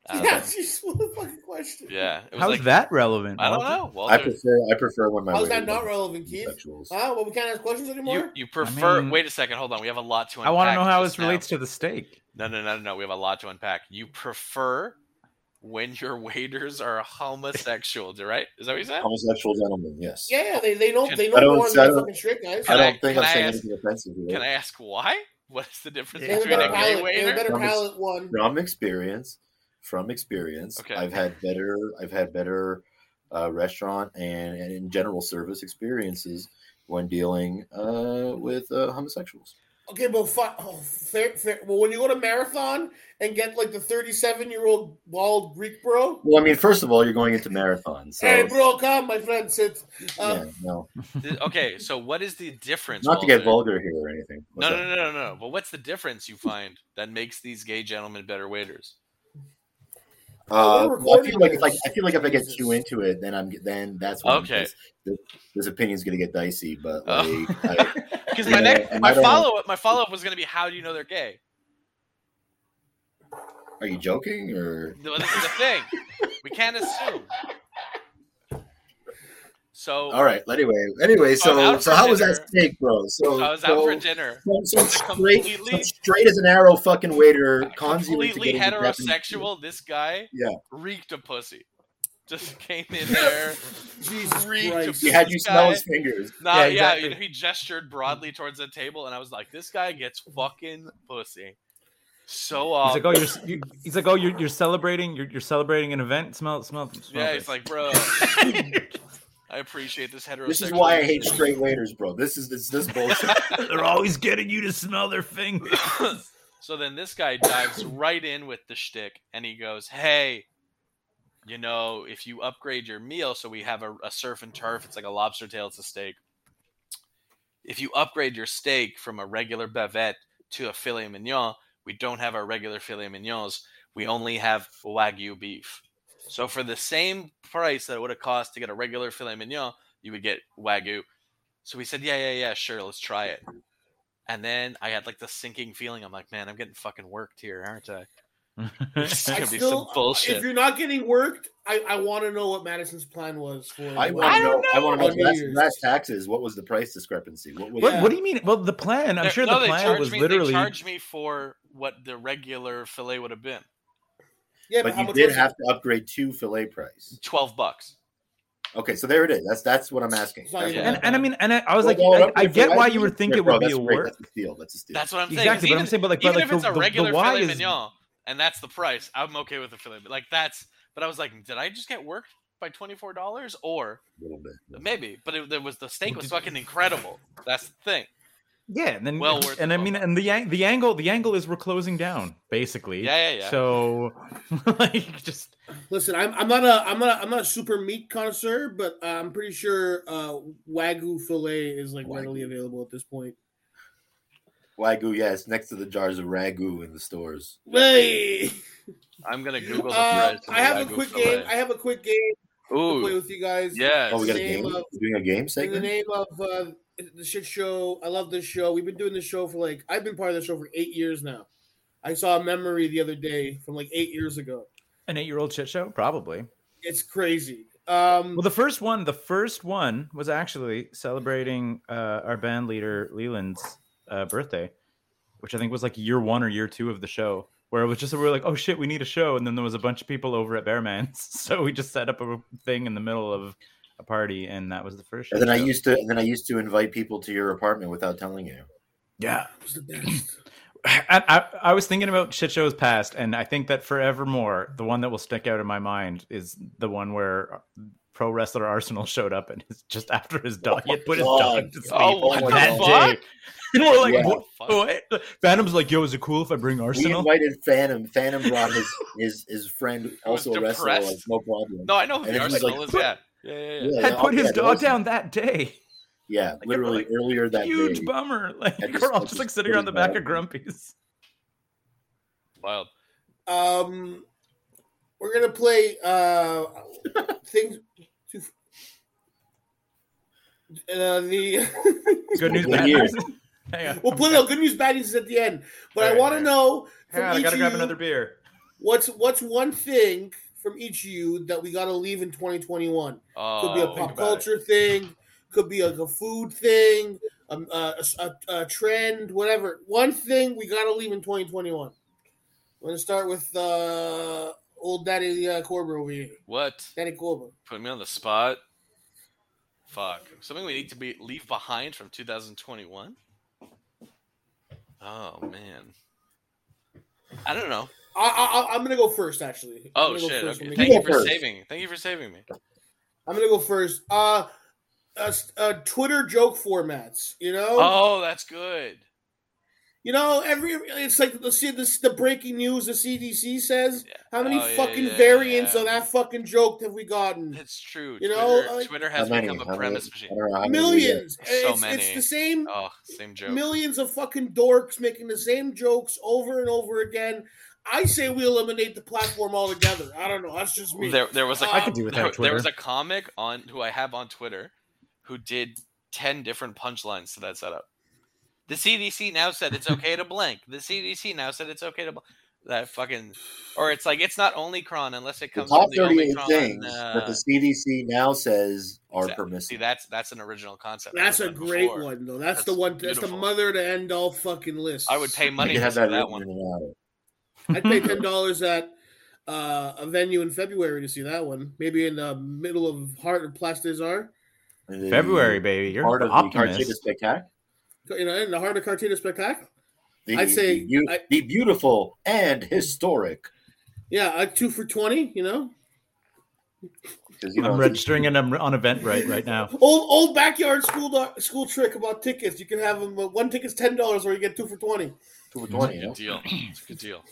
S7: Uh,
S8: yeah, geez, what a fucking question.
S7: yeah, it was
S2: How's
S7: like
S2: that relevant?
S7: I don't
S2: Walter?
S7: know.
S5: I
S7: Walter,
S5: prefer I prefer when my
S6: How's
S5: lady
S6: that not
S5: loves
S6: relevant, Keith?
S5: homosexuals.
S6: Huh? Well, we can't ask questions anymore.
S7: you you prefer?
S2: mean-
S7: wait a second. Hold on. We have a lot to.
S2: I
S7: Unpack
S2: want to know how
S7: just
S2: this
S7: now.
S2: relates to the steak.
S7: No, no, no, no, no. We have a lot to unpack. You prefer when your waiters are homosexual, right? Is that what you said?
S5: Homosexual gentlemen, yes.
S6: yeah, yeah, they they know they know
S5: I don't-
S6: more
S5: I
S6: than
S5: don't-
S6: fucking straight guys.
S5: I
S7: Can
S5: don't
S7: I-
S5: think
S7: can
S5: I'm
S7: I
S5: saying
S7: ask-
S5: anything offensive. Here.
S7: Can I ask why? What is the difference
S6: They have a
S7: between
S6: better
S7: a
S5: Between
S6: palate.
S7: gay
S6: They have a
S7: waiter?
S6: better
S5: Promise.
S6: palate one.
S5: from experience from experience
S7: Okay.
S5: i've had better i've had better uh, restaurant and, and in general service experiences when dealing uh, with uh, homosexuals
S6: Okay, well, fi- oh, fair, fair. Well, when you go to marathon and get like the thirty-seven-year-old bald Greek bro,
S5: well i mean first of all you're going into marathons so
S6: hey, bro, come, my friend, sit. Um,
S7: uh,
S5: yeah, no
S7: Th- Okay, so what is the difference?
S5: not to get
S7: Walter?
S5: vulgar here or anything
S7: No,
S5: What's
S7: no,
S5: up?
S7: no, no, no, no. But what's the difference you find that makes these gay gentlemen better waiters?
S5: Uh, well, I feel
S6: We're recording
S5: like if I,
S6: this.
S5: I feel like if I get
S6: Jesus.
S5: too into it, then I'm then that's when
S7: Okay.
S5: this, this, this opinion's gonna get dicey. But like,
S7: Oh.
S5: I,
S7: Because
S5: Yeah,
S7: my next,
S5: and
S7: my
S5: I don't-
S7: follow up, my follow up was going to be, how do you know they're gay?
S5: are you joking or
S7: No, This is the thing. We can't assume. So
S5: all right? Anyway, anyway,
S7: So
S5: so
S7: I'm out
S5: so
S7: Oh, for
S5: how was that
S7: dinner.
S5: steak, bro? So
S7: I was out
S5: so-
S7: for dinner.
S5: Some, some
S7: It's a
S5: straight,
S7: completely-
S5: some straight as an arrow fucking waiter cons you into
S7: Completely
S5: getting into Japanese
S7: heterosexual. This guy
S5: Yeah.
S7: reeked of pussy. Just came in there.
S6: Jesus
S7: Greek
S5: food.
S6: Christ.
S5: He had you
S7: This
S5: smell
S7: guy-
S5: his fingers.
S7: Nah,
S2: Yeah,
S7: yeah,
S2: exactly.
S7: you know, he gestured broadly towards the table, and I was like, this guy gets fucking pussy. So
S2: He's
S7: off.
S2: like, oh, you're, s- you he's like, oh, you're, you're celebrating, you're, you're celebrating an event. Smell, smell, smell.
S7: yeah,
S2: this.
S7: he's like, bro, I appreciate this heterosexual.
S5: This is why I hate straight waiters, bro. This is this this bullshit.
S2: they're always getting you to smell their fingers.
S7: so then this guy dives right in with the shtick, and he goes, "Hey, you know, if you upgrade your meal, so we have a, a surf and turf. It's like a lobster tail. It's a steak. If you upgrade your steak from a regular bavette to a filet mignon, we don't have our regular filet mignons. We only have wagyu beef. So for the same price that it would have cost to get a regular filet mignon, you would get wagyu." So we said, yeah, yeah, yeah, sure, let's try it. And then I had like the sinking feeling. I'm like, man, I'm getting fucking worked here, aren't I? This is
S6: I
S7: gonna be
S6: still-
S7: some
S6: If
S7: bullshit.
S6: you're not getting worked, I, I want to know what Madison's plan was for.
S5: I
S6: what-
S5: want to know. I want to
S6: New
S5: know last,
S6: Year's.
S5: last taxes. What was the price discrepancy? What was
S2: What,
S6: Yeah.
S2: what do you mean? Well, the plan. I'm
S7: They're-
S2: sure
S7: no,
S2: the
S7: they
S2: plan
S7: charged
S2: was
S7: me,
S2: literally.
S7: They charged me for what the regular fillet would have been,
S6: Yeah,
S5: But
S6: how
S5: you
S6: much
S5: did
S6: was it?
S5: have to upgrade to fillet price.
S7: twelve bucks.
S5: Okay, so there it is. That's that's what I'm asking.
S6: It's not
S5: That's
S6: even-
S5: what I'm
S2: And,
S5: asking.
S2: and I mean, and I, I was like,
S5: Well,
S2: I, I
S5: upgrade
S2: get
S5: fillet
S2: why you would
S5: price,
S2: think it
S5: bro,
S2: would be
S5: that's
S2: a
S5: great.
S2: work.
S5: That's a steal. That's a steal.
S7: That's what I'm saying. 'cause
S2: Exactly, but
S7: even,
S2: I'm saying, but like, but
S7: even
S2: like
S7: if
S2: the,
S7: it's a
S2: the- the,
S7: regular
S2: why
S7: filet
S2: is
S7: mignon and that's the price, I'm okay with the filet. But like that's. But I was like, did I just get worked by twenty four dollars or
S5: a little bit.
S7: maybe? But it, there was the steak was fucking incredible. That's the thing.
S2: yeah, and then
S7: well worth
S2: and
S7: the
S2: I mean,
S7: bump.
S2: and the ang- the angle the angle is we're closing down basically.
S7: Yeah, yeah, yeah.
S2: So like, just
S6: Listen, I'm, I'm not a I'm not a, I'm not a super meat connoisseur, but uh, I'm pretty sure uh, wagyu fillet is like readily
S5: Wagyu.
S6: available at this point.
S5: Wagyu, yes, next to the jars of ragu in the stores.
S6: Hey,
S7: I'm gonna Google the
S6: uh,
S7: price. of
S6: I have a
S7: Wagyu
S6: quick
S7: fillet.
S6: game. I have a quick game to play
S7: Ooh,
S6: with you guys.
S7: yes.
S5: Oh, we got a
S6: Same
S5: game.
S6: up.
S5: We're doing a game
S6: In the
S5: segment.
S6: name of uh, the shit show, I love this show. We've been doing this show for like I've been part of the show for eight years now. I saw a memory the other day from like eight years ago.
S2: an eight year old shit show, probably.
S6: It's crazy. Um,
S2: Well, the first one, the first one was actually celebrating uh, our band leader Leland's uh, birthday, which I think was like year one or year two of the show, where it was just we were like, oh shit, we need a show, and then there was a bunch of people over at Bearman's, so we just set up a thing in the middle of a party, and that was the first.
S5: And then I
S2: show.
S5: used to, and then I used to invite people to your apartment without telling you.
S2: yeah.
S6: it was the best.
S2: I, I, I was thinking about shit shows past, and I think that forevermore, the one that will stick out in my mind is the one where pro wrestler Arsenal showed up and it's just after his dog, he had put his
S5: God.
S2: dog to sleep
S7: Oh,
S5: what
S2: on
S5: the
S2: that
S7: fuck?
S2: day. And we're like,
S5: Yeah.
S2: what? what? Phantom's like, yo, is it cool if I bring
S5: We
S2: Arsenal?
S5: invited Phantom. Phantom brought his his his friend,
S7: was
S5: also a wrestler, like,
S7: depressed.
S5: no problem.
S7: No, I know who
S5: And
S7: the
S5: it was
S7: Arsenal
S5: like-
S7: is. Yeah. Yeah, yeah, yeah.
S5: Yeah,
S2: Had put
S5: yeah,
S2: his
S5: that
S2: dog
S5: was-
S2: down that day.
S5: Yeah,
S2: Like,
S5: literally
S2: like,
S5: earlier that
S2: Huge
S5: day.
S2: bummer. Like
S5: I just-
S2: we're all
S5: I
S2: just
S5: just
S2: like sitting
S5: put
S2: around
S5: it
S2: the back
S5: back.
S2: of Grumpy's.
S7: Wild.
S6: Um, We're gonna play uh things. To, uh, the
S2: Good news,
S5: Good
S2: bad
S5: years.
S2: news. Hang on.
S6: we'll put it out. Good news, bad news is at the end. But I
S2: Alright,
S6: want to
S2: alright.
S6: know from
S2: Hang on, I
S6: each
S2: gotta
S6: of
S2: grab
S6: you,
S2: another beer.
S6: what's what's one thing from each of you that we gotta leave in 2021.
S7: Oh,
S6: Could be a
S2: think
S6: pop
S2: about it.
S6: culture thing. Could be like a food thing. um, A, a- a trend, whatever. One thing we gotta leave in 2021. I'm gonna start with uh, old Daddy uh, Corber over here.
S7: what?
S6: Daddy Corber.
S7: Put me on the spot. Fuck. Something we need to be leave behind from 2021. Oh man. I don't know.
S6: I, I, I'm gonna go first, actually. I'm
S7: Oh
S6: gonna go
S7: shit.
S6: first.
S7: Okay.
S6: We'll make
S7: Thank
S6: it-
S7: you
S5: go
S7: for
S5: first.
S7: saving. Thank you for saving me.
S6: I'm gonna go first. Uh, uh, uh, Twitter joke formats. You know,
S7: Oh, that's good.
S6: you know, every it's like let's see this the breaking news the CDC says.
S7: Yeah.
S6: How many
S7: Oh, yeah,
S6: fucking
S7: yeah,
S6: variants
S7: yeah.
S6: of that fucking joke have we gotten?
S7: That's true.
S6: You
S7: Twitter,
S6: know, like-
S7: Twitter has
S5: How many?
S7: become
S5: How
S7: a
S5: many?
S7: premise
S5: I
S7: machine.
S5: don't know how many we get.
S6: Millions.
S7: So
S6: it's, it's
S7: many.
S6: the same
S7: Oh, same joke.
S6: millions of fucking dorks making the same jokes over and over again. I say we eliminate the platform altogether. I don't know. That's just me.
S7: There, there was a
S6: I could
S2: do
S7: there,
S2: without
S7: there was a
S2: Twitter.
S7: comic on who I have on Twitter who did ten different punchlines to that setup. The CDC now said it's okay to blank. The CDC now said it's okay to blank. That fucking, or it's like it's not Omicron unless it
S5: The
S7: comes
S5: top
S7: from the
S5: 38
S7: Omicron.
S5: things that
S7: uh,
S5: the CDC now says are
S7: exactly. see,
S5: permissible.
S7: that's that's an original concept.
S6: That's a
S7: I've done
S6: great
S7: before.
S6: one though. That's,
S7: That's
S6: the one. That's the
S7: beautiful.
S6: mother to end all fucking lists.
S7: I would pay money
S5: you
S7: just
S5: have
S7: for
S5: that,
S7: that
S5: written
S7: one.
S5: in an hour.
S6: I'd pay ten dollars at uh, a venue in February to see that one. Maybe in the middle of heart of Plastizar.
S5: And the
S2: February, baby. You're
S5: part
S2: an
S5: of the Cartier
S2: optimist.
S5: Spectac-
S6: You know, in the heart of Cartina Spectacle.
S5: The,
S6: I'd say-
S5: the, beau-
S6: I-
S5: the beautiful and historic.
S6: Yeah, uh, two for twenty. You know,
S5: 'Cause, You know,
S2: I'm registering and I'm on event right right now.
S6: old old backyard school do- school trick about tickets. You can have them. Uh, one ticket's ten dollars, or you get two for twenty.
S5: Two for 20, you know?
S7: Good deal. It's a good deal.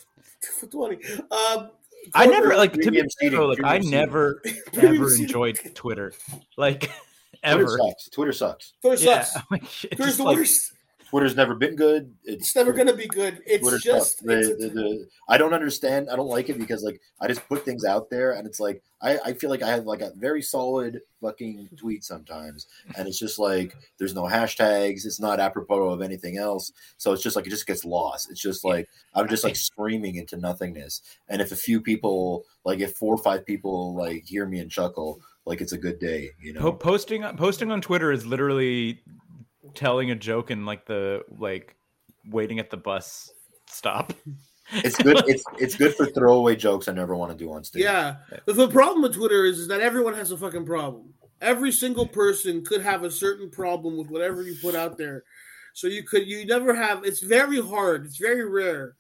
S6: Two for twenty. Um,
S2: I never like to be
S5: Premium seating,
S2: though, like I
S5: premium
S2: never
S6: Premium
S2: ever
S6: seating.
S2: enjoyed Twitter, like
S5: Twitter
S2: ever.
S5: sucks. Twitter sucks.
S6: Twitter
S2: Yeah,
S6: sucks.
S2: like, it
S6: Twitter's
S2: just,
S6: the
S2: like,
S6: worst.
S5: Twitter's never been good.
S6: It's never gonna be good. It's
S5: Twitter's
S6: just.
S5: tough. The,
S6: it's a-
S5: the, the, I don't understand. I don't like it because like I just put things out there, and it's like I, I feel like I have like a very solid fucking tweet sometimes, and it's just like there's no hashtags. It's not apropos of anything else. So it's just like it just gets lost. It's just like I'm just like screaming into nothingness. And if a few people, like if four or five people, like hear me and chuckle, like it's a good day. You know,
S2: Po- posting on- posting on Twitter is literally telling a joke and like the like waiting at the bus stop.
S5: it's good. It's it's good for throwaway jokes I never want to do on stage.
S6: Yeah. The, the problem with Twitter is, is that everyone has a fucking problem. Every single person could have a certain problem with whatever you put out there. So you could you never have it's very hard, it's very rare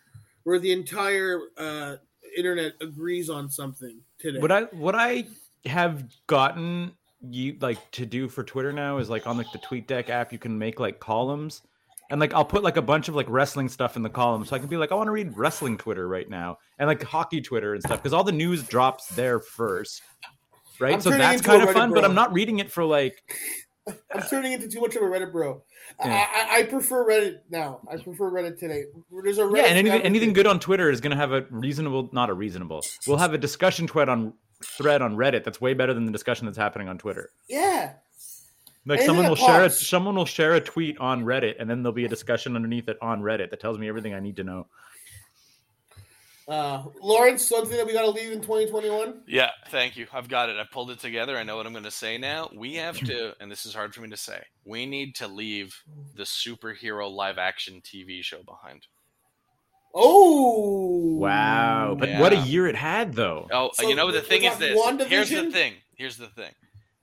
S6: where the entire uh internet agrees on something today.
S2: What I what I have gotten you like to do for Twitter now is like on like the TweetDeck app, you can make like columns, and like I'll put like a bunch of like wrestling stuff in the column, so I can be like, I want to read wrestling Twitter right now, and like hockey Twitter and stuff, because all the news drops there first, right?
S6: I'm
S2: so
S6: turning
S2: that's
S6: into a
S2: kind of
S6: Reddit
S2: fun, but
S6: bro.
S2: I'm not reading it for like
S6: I'm turning into too much of a Reddit bro. I-
S2: Yeah.
S6: I, I, I prefer Reddit now. I prefer Reddit today. There's a Reddit
S2: yeah, and anything
S6: for
S2: anything good on Twitter is gonna have a reasonable, not a reasonable. We'll have a discussion thread on thread on Reddit that's way better than the discussion that's happening on Twitter.
S6: Yeah.
S2: Like
S6: Anything
S2: someone
S6: that
S2: will share a,
S6: pops.
S2: someone will share a tweet on Reddit, and then there'll be a discussion underneath it on Reddit that tells me everything I need to know.
S6: Uh Lawrence, something that we gotta leave in twenty twenty one?
S7: Yeah, thank you. I've got it. I pulled it together. I know what I'm going to say now. We have to, and this is hard for me to say, we need to leave the superhero live action TV show behind.
S6: Oh
S2: Wow! But what a
S7: Yeah.
S2: year it had, though.
S7: Oh,
S6: So
S7: you know, the
S6: we're
S7: thing is
S6: talking
S7: this. Here's the
S6: WandaVision?
S7: thing. Here's the thing.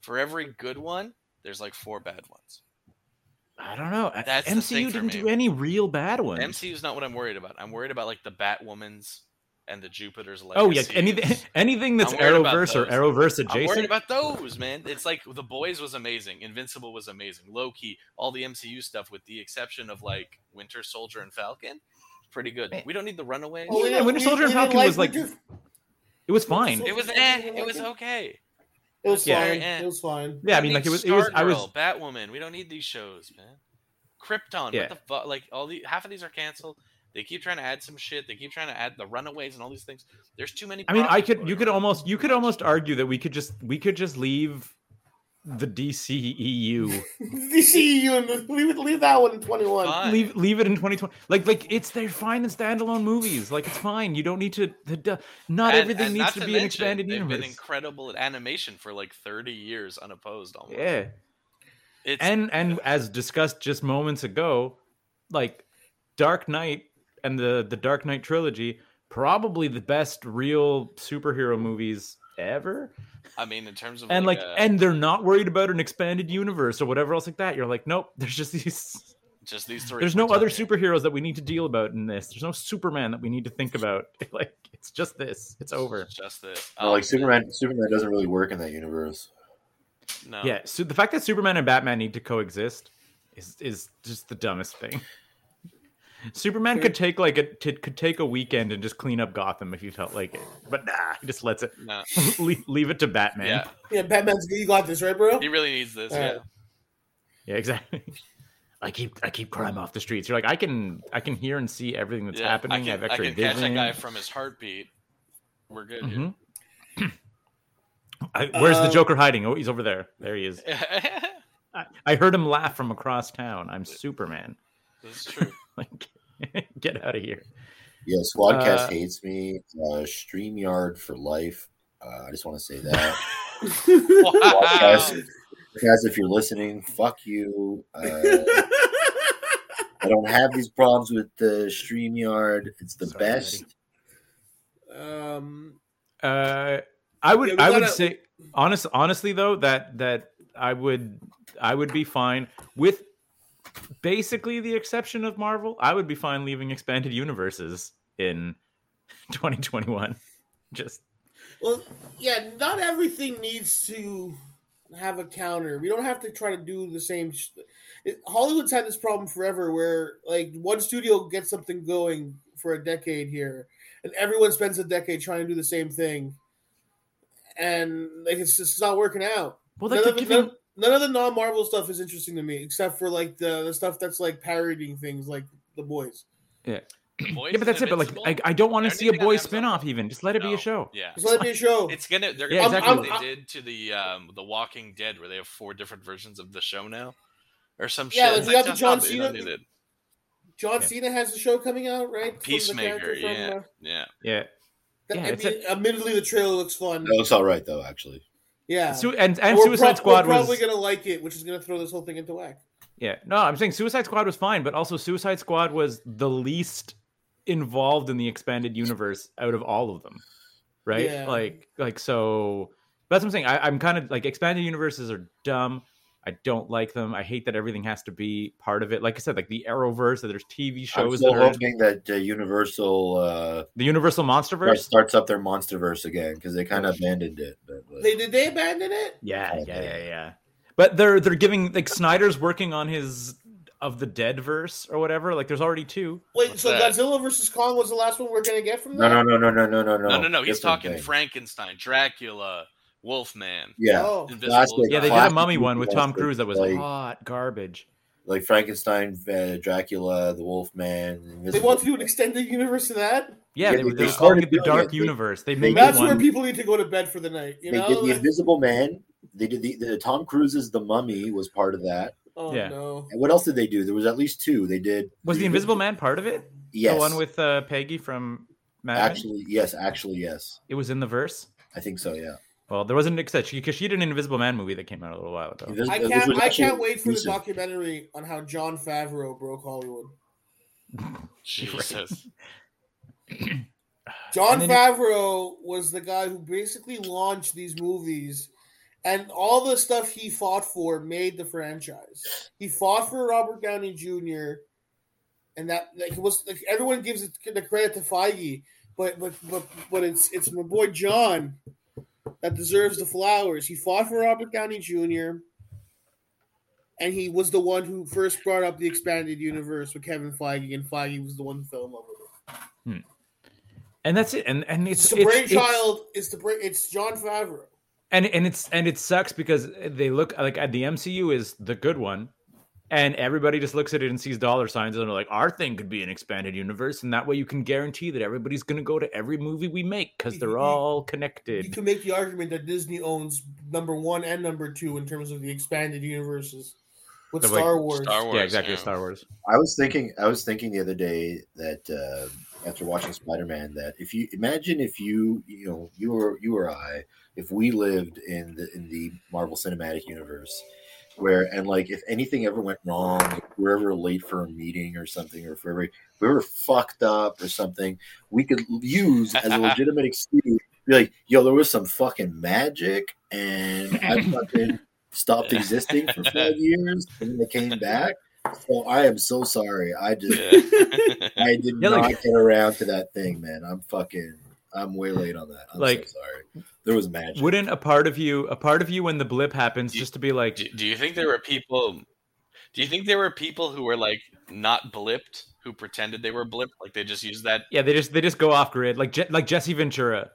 S7: For every good one, there's like four bad ones.
S2: I don't know.
S7: That's the
S2: MCU
S7: thing for
S2: didn't
S7: me.
S2: do any real bad ones.
S7: MCU is not what I'm worried about. I'm worried about like the Batwoman's and the Jupiter's Legacy.
S2: oh yeah, anything anything that's
S7: I'm worried about
S2: Arrowverse or
S7: those.
S2: Arrowverse
S7: I'm worried
S2: adjacent.
S7: about those, man. It's like The Boys was amazing, Invincible was amazing, Loki, all the MCU stuff, with the exception of like Winter Soldier and Falcon, pretty good. We don't need the Runaways.
S2: Oh, yeah, Winter Soldier and
S6: didn't
S2: Falcon was like-
S6: Winter-
S2: it was fine.
S7: It was eh, it was okay.
S6: It was
S2: Yeah.
S6: fine.
S7: Yeah.
S6: It was fine.
S2: yeah, I mean, like it was. It was. I was.
S7: Stargirl, Batwoman. We don't need these shows, man. Krypton,
S2: Yeah.
S7: what the fuck? Like all the half of these are canceled. They keep trying to add some shit. They keep trying to add the Runaways and all these things. There's too many.
S2: I mean, I
S7: properties
S2: could
S7: going
S2: you could
S7: around.
S2: almost you could almost argue that we could just we could just leave the E DCEU
S6: DCEU and the- leave, it- leave that one in 21.
S7: Fine.
S2: leave leave it in 2020 like like it's they're fine in standalone movies like it's fine you don't need to the, the- not
S7: And-
S2: everything
S7: and
S2: needs
S7: not
S2: to be an
S7: mention,
S2: expanded
S7: they've
S2: universe
S7: Been incredible at animation for like 30 years, unopposed almost.
S2: yeah
S7: It's,
S2: and and as discussed just moments ago like dark knight and the the dark knight trilogy probably the best real superhero movies ever
S7: I mean, in terms of
S2: and like
S7: uh,
S2: and they're not worried about an expanded universe or whatever else like that you're like nope there's just these
S7: just these three.
S2: there's no
S7: we're
S2: other
S7: talking-
S2: superheroes that we need to deal about in this there's no superman that we need to think about like it's just this it's over
S7: Just this.
S5: No,
S7: Um,
S5: like Superman, Superman doesn't really work in that universe.
S7: No.
S2: yeah so the fact that superman and batman need to coexist is is just the dumbest thing superman could take like a t- could take a weekend and just clean up gotham if you felt like it but nah he just lets it
S7: No.
S2: leave, leave it to batman
S7: Yeah.
S6: Yeah, Batman's you got this, right, bro?
S7: He really needs this.
S6: All
S7: yeah.
S6: right.
S2: Yeah, exactly. I keep I keep crime off the streets. You're like I can I can hear and see everything that's
S7: yeah.
S2: happening. I,
S7: I can,
S2: have
S7: I
S2: extra
S7: can
S2: vision.
S7: catch that guy from his heartbeat. We're good. here.
S2: Mhm. Mm-hmm. I, where's the
S6: Um,
S2: Joker hiding? Oh, he's over there. There he is. Mm-hmm.
S7: That's
S2: I, I heard him laugh from across town. I'm Superman.
S7: true.
S2: Like, get out of here.
S5: Yeah,
S2: Uh,
S5: Squadcast hates me. Uh, Streamyard for life. Uh, I just want to say that.
S7: Wow.
S5: Squadcast, guys, if you're listening, fuck you. Uh, I don't have these problems with the Streamyard. It's the
S2: Sorry,
S5: best.
S6: um,
S2: Uh, I would
S6: Yeah, we
S2: I would
S6: gotta-
S2: say honest honestly though that that I would I would be fine with basically the exception of Marvel. I would be fine leaving expanded universes in 2021. Just
S6: well, yeah, not everything needs to have a counter. We don't have to try to do the same. Sh- it, Hollywood's had this problem forever where, like, one studio gets something going for a decade here, and everyone spends a decade trying to do the same thing. And, like, it's just not working out.
S2: well,
S6: none,
S2: like they're
S6: of the,
S2: giving
S6: none, none of the non-Marvel stuff is interesting to me, except for like the, the stuff that's like parodying things, like The Boys.
S7: Boys
S2: yeah, but that's
S7: and
S2: it. But like,
S7: Invincible?
S2: I, I don't want
S7: They're
S2: to see a
S7: doing it on
S2: boy
S7: Amazon
S2: spin-off
S7: Prime.
S2: even. Just let it be
S7: No.
S2: a show.
S7: Yeah.
S6: Just let it be a show.
S7: It's gonna. They're
S2: Yeah,
S7: gonna do
S6: exactly.
S7: what they did to the um the Walking Dead, where they have four different versions of the show now, or some shit.
S6: Yeah, like,
S7: It's
S6: we got the
S7: that's
S6: John
S7: not what they
S6: Cena-
S7: did.
S6: John
S2: Yeah.
S6: Cena has a show coming out, right? From the
S7: Peacemaker.
S6: character from,
S7: Yeah,
S6: uh,
S7: yeah.
S2: Yeah.
S6: that-
S2: Yeah,
S6: I
S2: it's
S6: mean, admittedly, the trailer looks fun.
S5: That looks all right, though, actually.
S6: Yeah,
S2: Su- and and
S6: We're
S2: Suicide
S6: prob-
S2: Squad
S6: we're
S2: was
S6: probably gonna like it, which is gonna throw this whole thing into whack.
S2: yeah. No, I'm saying Suicide Squad was fine, but also Suicide Squad was the least involved in the expanded universe out of all of them, right?
S6: Yeah.
S2: Like like so. That's what I'm saying. I, I'm kind of like expanded universes are dumb. I don't like them. I hate that everything has to be part of it. Like I said, like the Arrowverse, that there's TV
S5: I'm
S2: shows, that
S5: still
S2: are,
S5: hoping that uh, Universal uh,
S2: the Universal MonsterVerse.
S5: starts up their MonsterVerse again because they kind of abandoned it. But, like,
S6: They did they abandon it?
S2: Yeah,
S5: Kinda
S2: yeah,
S5: thing.
S2: yeah, yeah. But they're they're giving like Snyder's working on his of the Dead verse or whatever. Like there's already two.
S6: Wait,
S7: What's
S6: so
S7: that?
S6: Godzilla versus Kong was the last one we're gonna get from
S5: no,
S6: that?
S5: no, no, no, no, no, no, no,
S7: No, no, no. He's
S5: Different
S7: talking
S5: thing.
S7: Frankenstein, Dracula, Wolfman,
S5: Yeah,
S6: Oh.
S7: Invisible.
S5: Classic.
S2: Yeah, they did a
S5: Classic
S2: mummy one with Tom
S5: classic,
S2: Cruise that was
S5: like-
S2: hot garbage.
S5: like Frankenstein, uh, Dracula, the Wolfman.
S6: They
S5: Invisible
S6: want to do an extended universe of that.
S2: Yeah,
S5: Yeah,
S2: they,
S5: they-
S2: were they
S5: they
S2: were calling it
S5: started
S2: the
S5: doing
S2: Dark
S5: it. They-
S2: Universe. They
S5: they
S2: made
S5: did
S6: That's
S2: one.
S6: where people need to go to bed for the night. You
S5: they
S6: know?
S5: did the Invisible Man. They did the, the Tom Cruise's The Mummy was part of that.
S6: oh
S2: Yeah.
S6: no.
S5: And what else did they do? There was at least two. They did
S2: was the Invisible Man part of it?
S5: Yes,
S2: The one with uh, Peggy from Mad Men?
S5: actually yes, actually yes.
S2: It was in the verse.
S5: I think so. Yeah.
S2: Well, there wasn't because she, 'cause she did an Invisible Man movie that came out a little while ago.
S5: Invis-
S6: I
S5: this
S6: can't.
S5: was
S6: I
S5: actually
S6: can't wait for the
S5: recent.
S6: documentary on how John Favreau broke Hollywood.
S7: Jesus.
S6: John
S2: And then-
S6: Favreau was the guy who basically launched these movies, and all the stuff he fought for made the franchise. He fought for Robert Downey Jr. And that like it was like everyone gives it the credit to Feige, but but but but it's it's my boy John that deserves the flowers. He fought for Robert Downey Jr. And he was the one who first brought up the expanded universe with Kevin Feige, and Feige was the one who fell in love with it.
S2: And that's it. And and it's
S6: It's the
S2: it's- it's-
S6: brainchild. It's, the brain. It's John Favreau.
S2: and and it's and it sucks because they look like at the MCU is the good one, And everybody just looks at it and sees dollar signs and they're like, our thing could be an expanded universe. And that way you can guarantee that everybody's going to go to every movie we make because they're all
S6: You
S2: connected.
S6: can make the argument that Disney owns number one and number two in terms of the expanded universes with
S2: So, like,
S6: Star Wars.
S7: Star Wars.
S2: yeah, exactly.
S7: yeah.
S2: Star Wars.
S5: I was thinking. I was thinking the other day that uh, after watching Spider Man, that if you imagine if you you know you or you or I, if we lived in the in the Marvel Cinematic Universe, where and like if anything ever went wrong, if we're ever late for a meeting or something, or if we're, if we were fucked up or something, we could use as a legitimate excuse. Be like, yo, there was some fucking magic, and I fucking stopped existing for five years, and then they came back. So I am so sorry. I just
S7: Yeah.
S5: I did
S2: Yeah,
S5: not
S2: like-
S5: get around to that thing, man. I'm fucking I'm way late on that. I'm
S2: Like-
S5: so sorry. There was magic.
S2: Wouldn't a part of you, a part of you when the blip happens,
S7: You-
S2: just to be like,
S7: do, do you think there were people? Do you think there were people who were like not blipped, who pretended they were blipped, like they just used that?
S2: yeah, they just they just go off grid, like Je- like Jesse Ventura,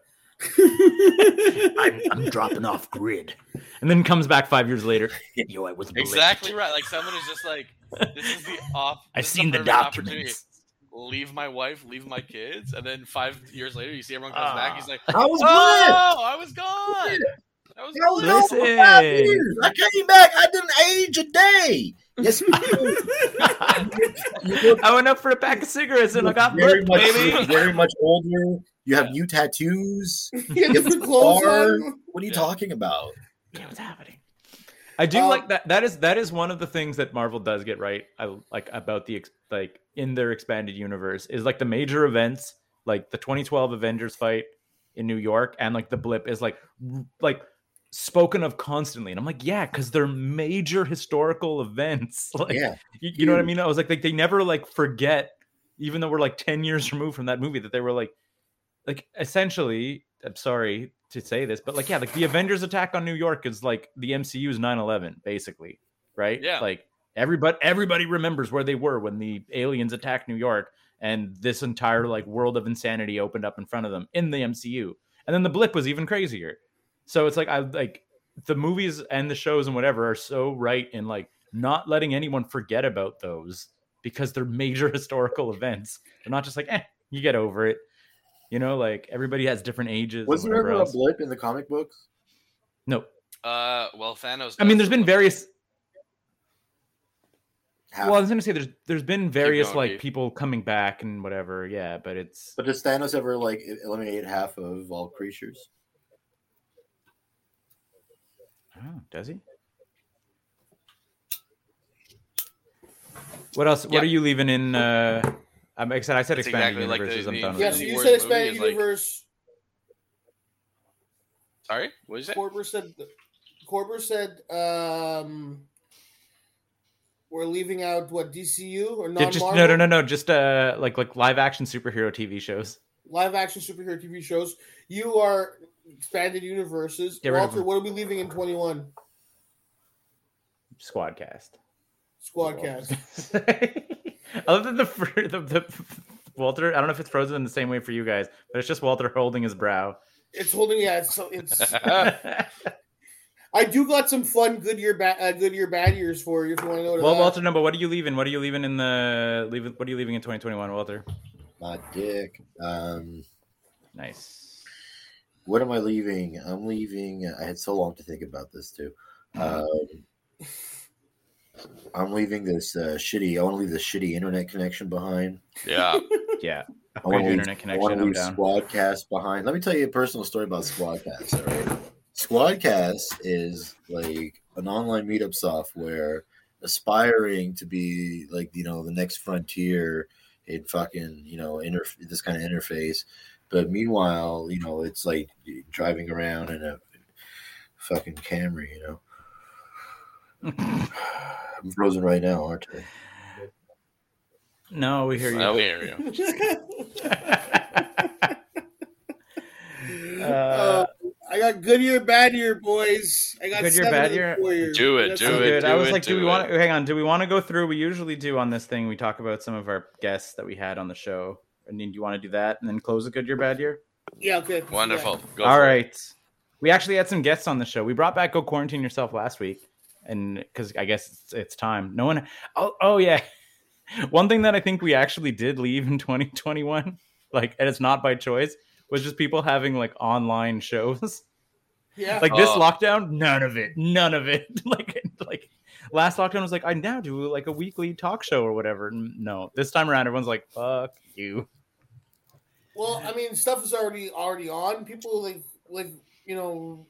S8: I'm,
S9: dropping off grid.
S2: and then comes back five years later.
S9: Yo, I was blipped.
S7: Exactly right. Like someone is just like, this is the off.
S9: I
S7: this is
S9: seen the
S7: perfect opportunity.
S9: documents.
S7: Leave my wife, leave my kids, and then five years later, you see everyone comes back.
S2: Ah.
S7: He's like,
S5: I was blind.
S7: "Oh, I was gone. I was
S5: I was
S7: gone."
S5: out for five
S2: Listen.
S5: years. I came back. I didn't age a day. Yes, you
S2: I went up for a pack of cigarettes and I got
S5: very
S2: blipped,
S5: much
S2: baby.
S5: very much older. You have new tattoos.
S6: You have different clothes
S5: Star.
S6: on.
S5: What are you
S7: Yeah.
S5: talking about?
S2: Yeah, what's happening? I do
S6: Um,
S2: like that. That is that is one of the things that Marvel does get right. I like about the ex- like in their expanded universe is like the major events, like the 2012 Avengers fight in New York, and like the blip is like r- like spoken of constantly. And I'm like, yeah, because they're major historical events. Like,
S5: yeah.
S2: you, you know what I mean? I was like, like they never like forget, even though we're like ten years removed from that movie, that they were like, like essentially. I'm sorry to say this, but like, yeah, like the Avengers attack on New York is like the MCU's 9/11, basically, right?
S7: Yeah.
S2: Like everybody, everybody remembers where they were when the aliens attacked New York, and this entire like world of insanity opened up in front of them in the MCU, and then the blip was even crazier. So it's like I like the movies and the shows and whatever are so right in like not letting anyone forget about those because they're major historical events. They're not just like, eh, you get over it. You know, like everybody has different ages.
S5: Was
S2: and
S5: there
S2: whatever
S5: ever a
S2: else.
S5: blip in the comic books?
S2: No,
S7: Uh, well, Thanos.
S2: I mean,
S7: does
S2: there's been
S7: look-
S2: various. Well, I
S5: How
S2: was gonna say there's there's been various
S7: going,
S2: like
S7: Dave.
S2: people coming back and whatever. Yeah, but it's
S5: but does Thanos ever like e-, eliminate half of all creatures?
S2: oh, does he? What else?
S7: Yeah.
S2: What are you leaving in? uh I'm excited. I said
S7: It's
S2: expanded
S7: exactly like the-
S2: universes.
S7: the-
S2: I'm done.
S6: Yeah,
S2: with
S6: so
S2: it.
S6: you
S7: Wars
S6: said
S7: movie
S6: expanded
S7: is like-
S6: universe.
S7: Sorry, what is it?
S6: Corber said. Corber said. Um, we're leaving out what DCU or
S2: Yeah,
S6: non
S2: just
S6: Marvel
S2: no, no, no, no. Just uh, like like live action superhero TV shows.
S6: live action superhero TV shows. You are expanded universes.
S2: Get rid of
S6: Walter,
S2: them.
S6: what are we leaving in twenty one?
S2: Squadcast.
S6: Squadcast.
S2: I love that the, fir- the the Walter. I don't know if it's frozen in the same way for you guys, but it's just Walter holding his brow.
S6: It's holding. Yeah, it's so it's.
S2: well,
S6: I do got some fun good year bad uh, good year bad years for you if you want to know. that.
S2: Walter, no, but what are you leaving? What are you leaving in the leave? What are you leaving in 2021, Walter?
S5: My dick. Um,
S2: Nice.
S5: what am I leaving? I'm leaving. I had so long to think about this too. Um, I'm leaving this uh, shitty. I want to leave this shitty internet connection behind.
S7: Yeah,
S2: Yeah.
S5: I
S2: Upgrade
S5: want to
S2: your
S5: leave,
S2: internet
S5: I wanna
S2: connection. I'm
S5: leave
S2: down.
S5: Squadcast behind. Let me tell you a personal story about Squadcast. All right, Squadcast is like an online meetup software aspiring to be like you know the next frontier in fucking you know inter- this kind of interface. But meanwhile, you know it's like driving around in a fucking Camry. You know, I'm frozen right now, aren't I?
S2: No, we hear you.
S7: I hear Oh, you.
S6: Uh, I got good year bad year boys. I got
S2: Good year,
S6: seven
S2: bad
S6: of them
S2: year.
S6: for you.
S7: Do it,
S6: I got
S7: do
S2: So
S6: seven.
S7: it.
S2: good. I was like, do,
S7: do
S2: we
S7: it.
S2: want to hang on? Do we want to go through? We usually do on this thing. We talk about some of our guests that we had on the show. And then do you want to do that and then close a good year, bad year?
S6: Yeah, okay.
S7: Wonderful. Go
S2: All
S7: for it.
S2: right. We actually had some guests on the show. We brought back Go Quarantine Yourself last week. and because I guess it's, it's time. No one. Oh, oh yeah. One thing that I think we actually did leave in 2021, like, and it's not by choice, was just people having like online shows.
S6: Yeah.
S2: Like this
S7: Oh.
S2: lockdown, none of it, none of it. like, like last lockdown was like, I now do like a weekly talk show or whatever. N- No, this time around, everyone's like, fuck you.
S6: Well, I mean, stuff is already already on. People like like you know,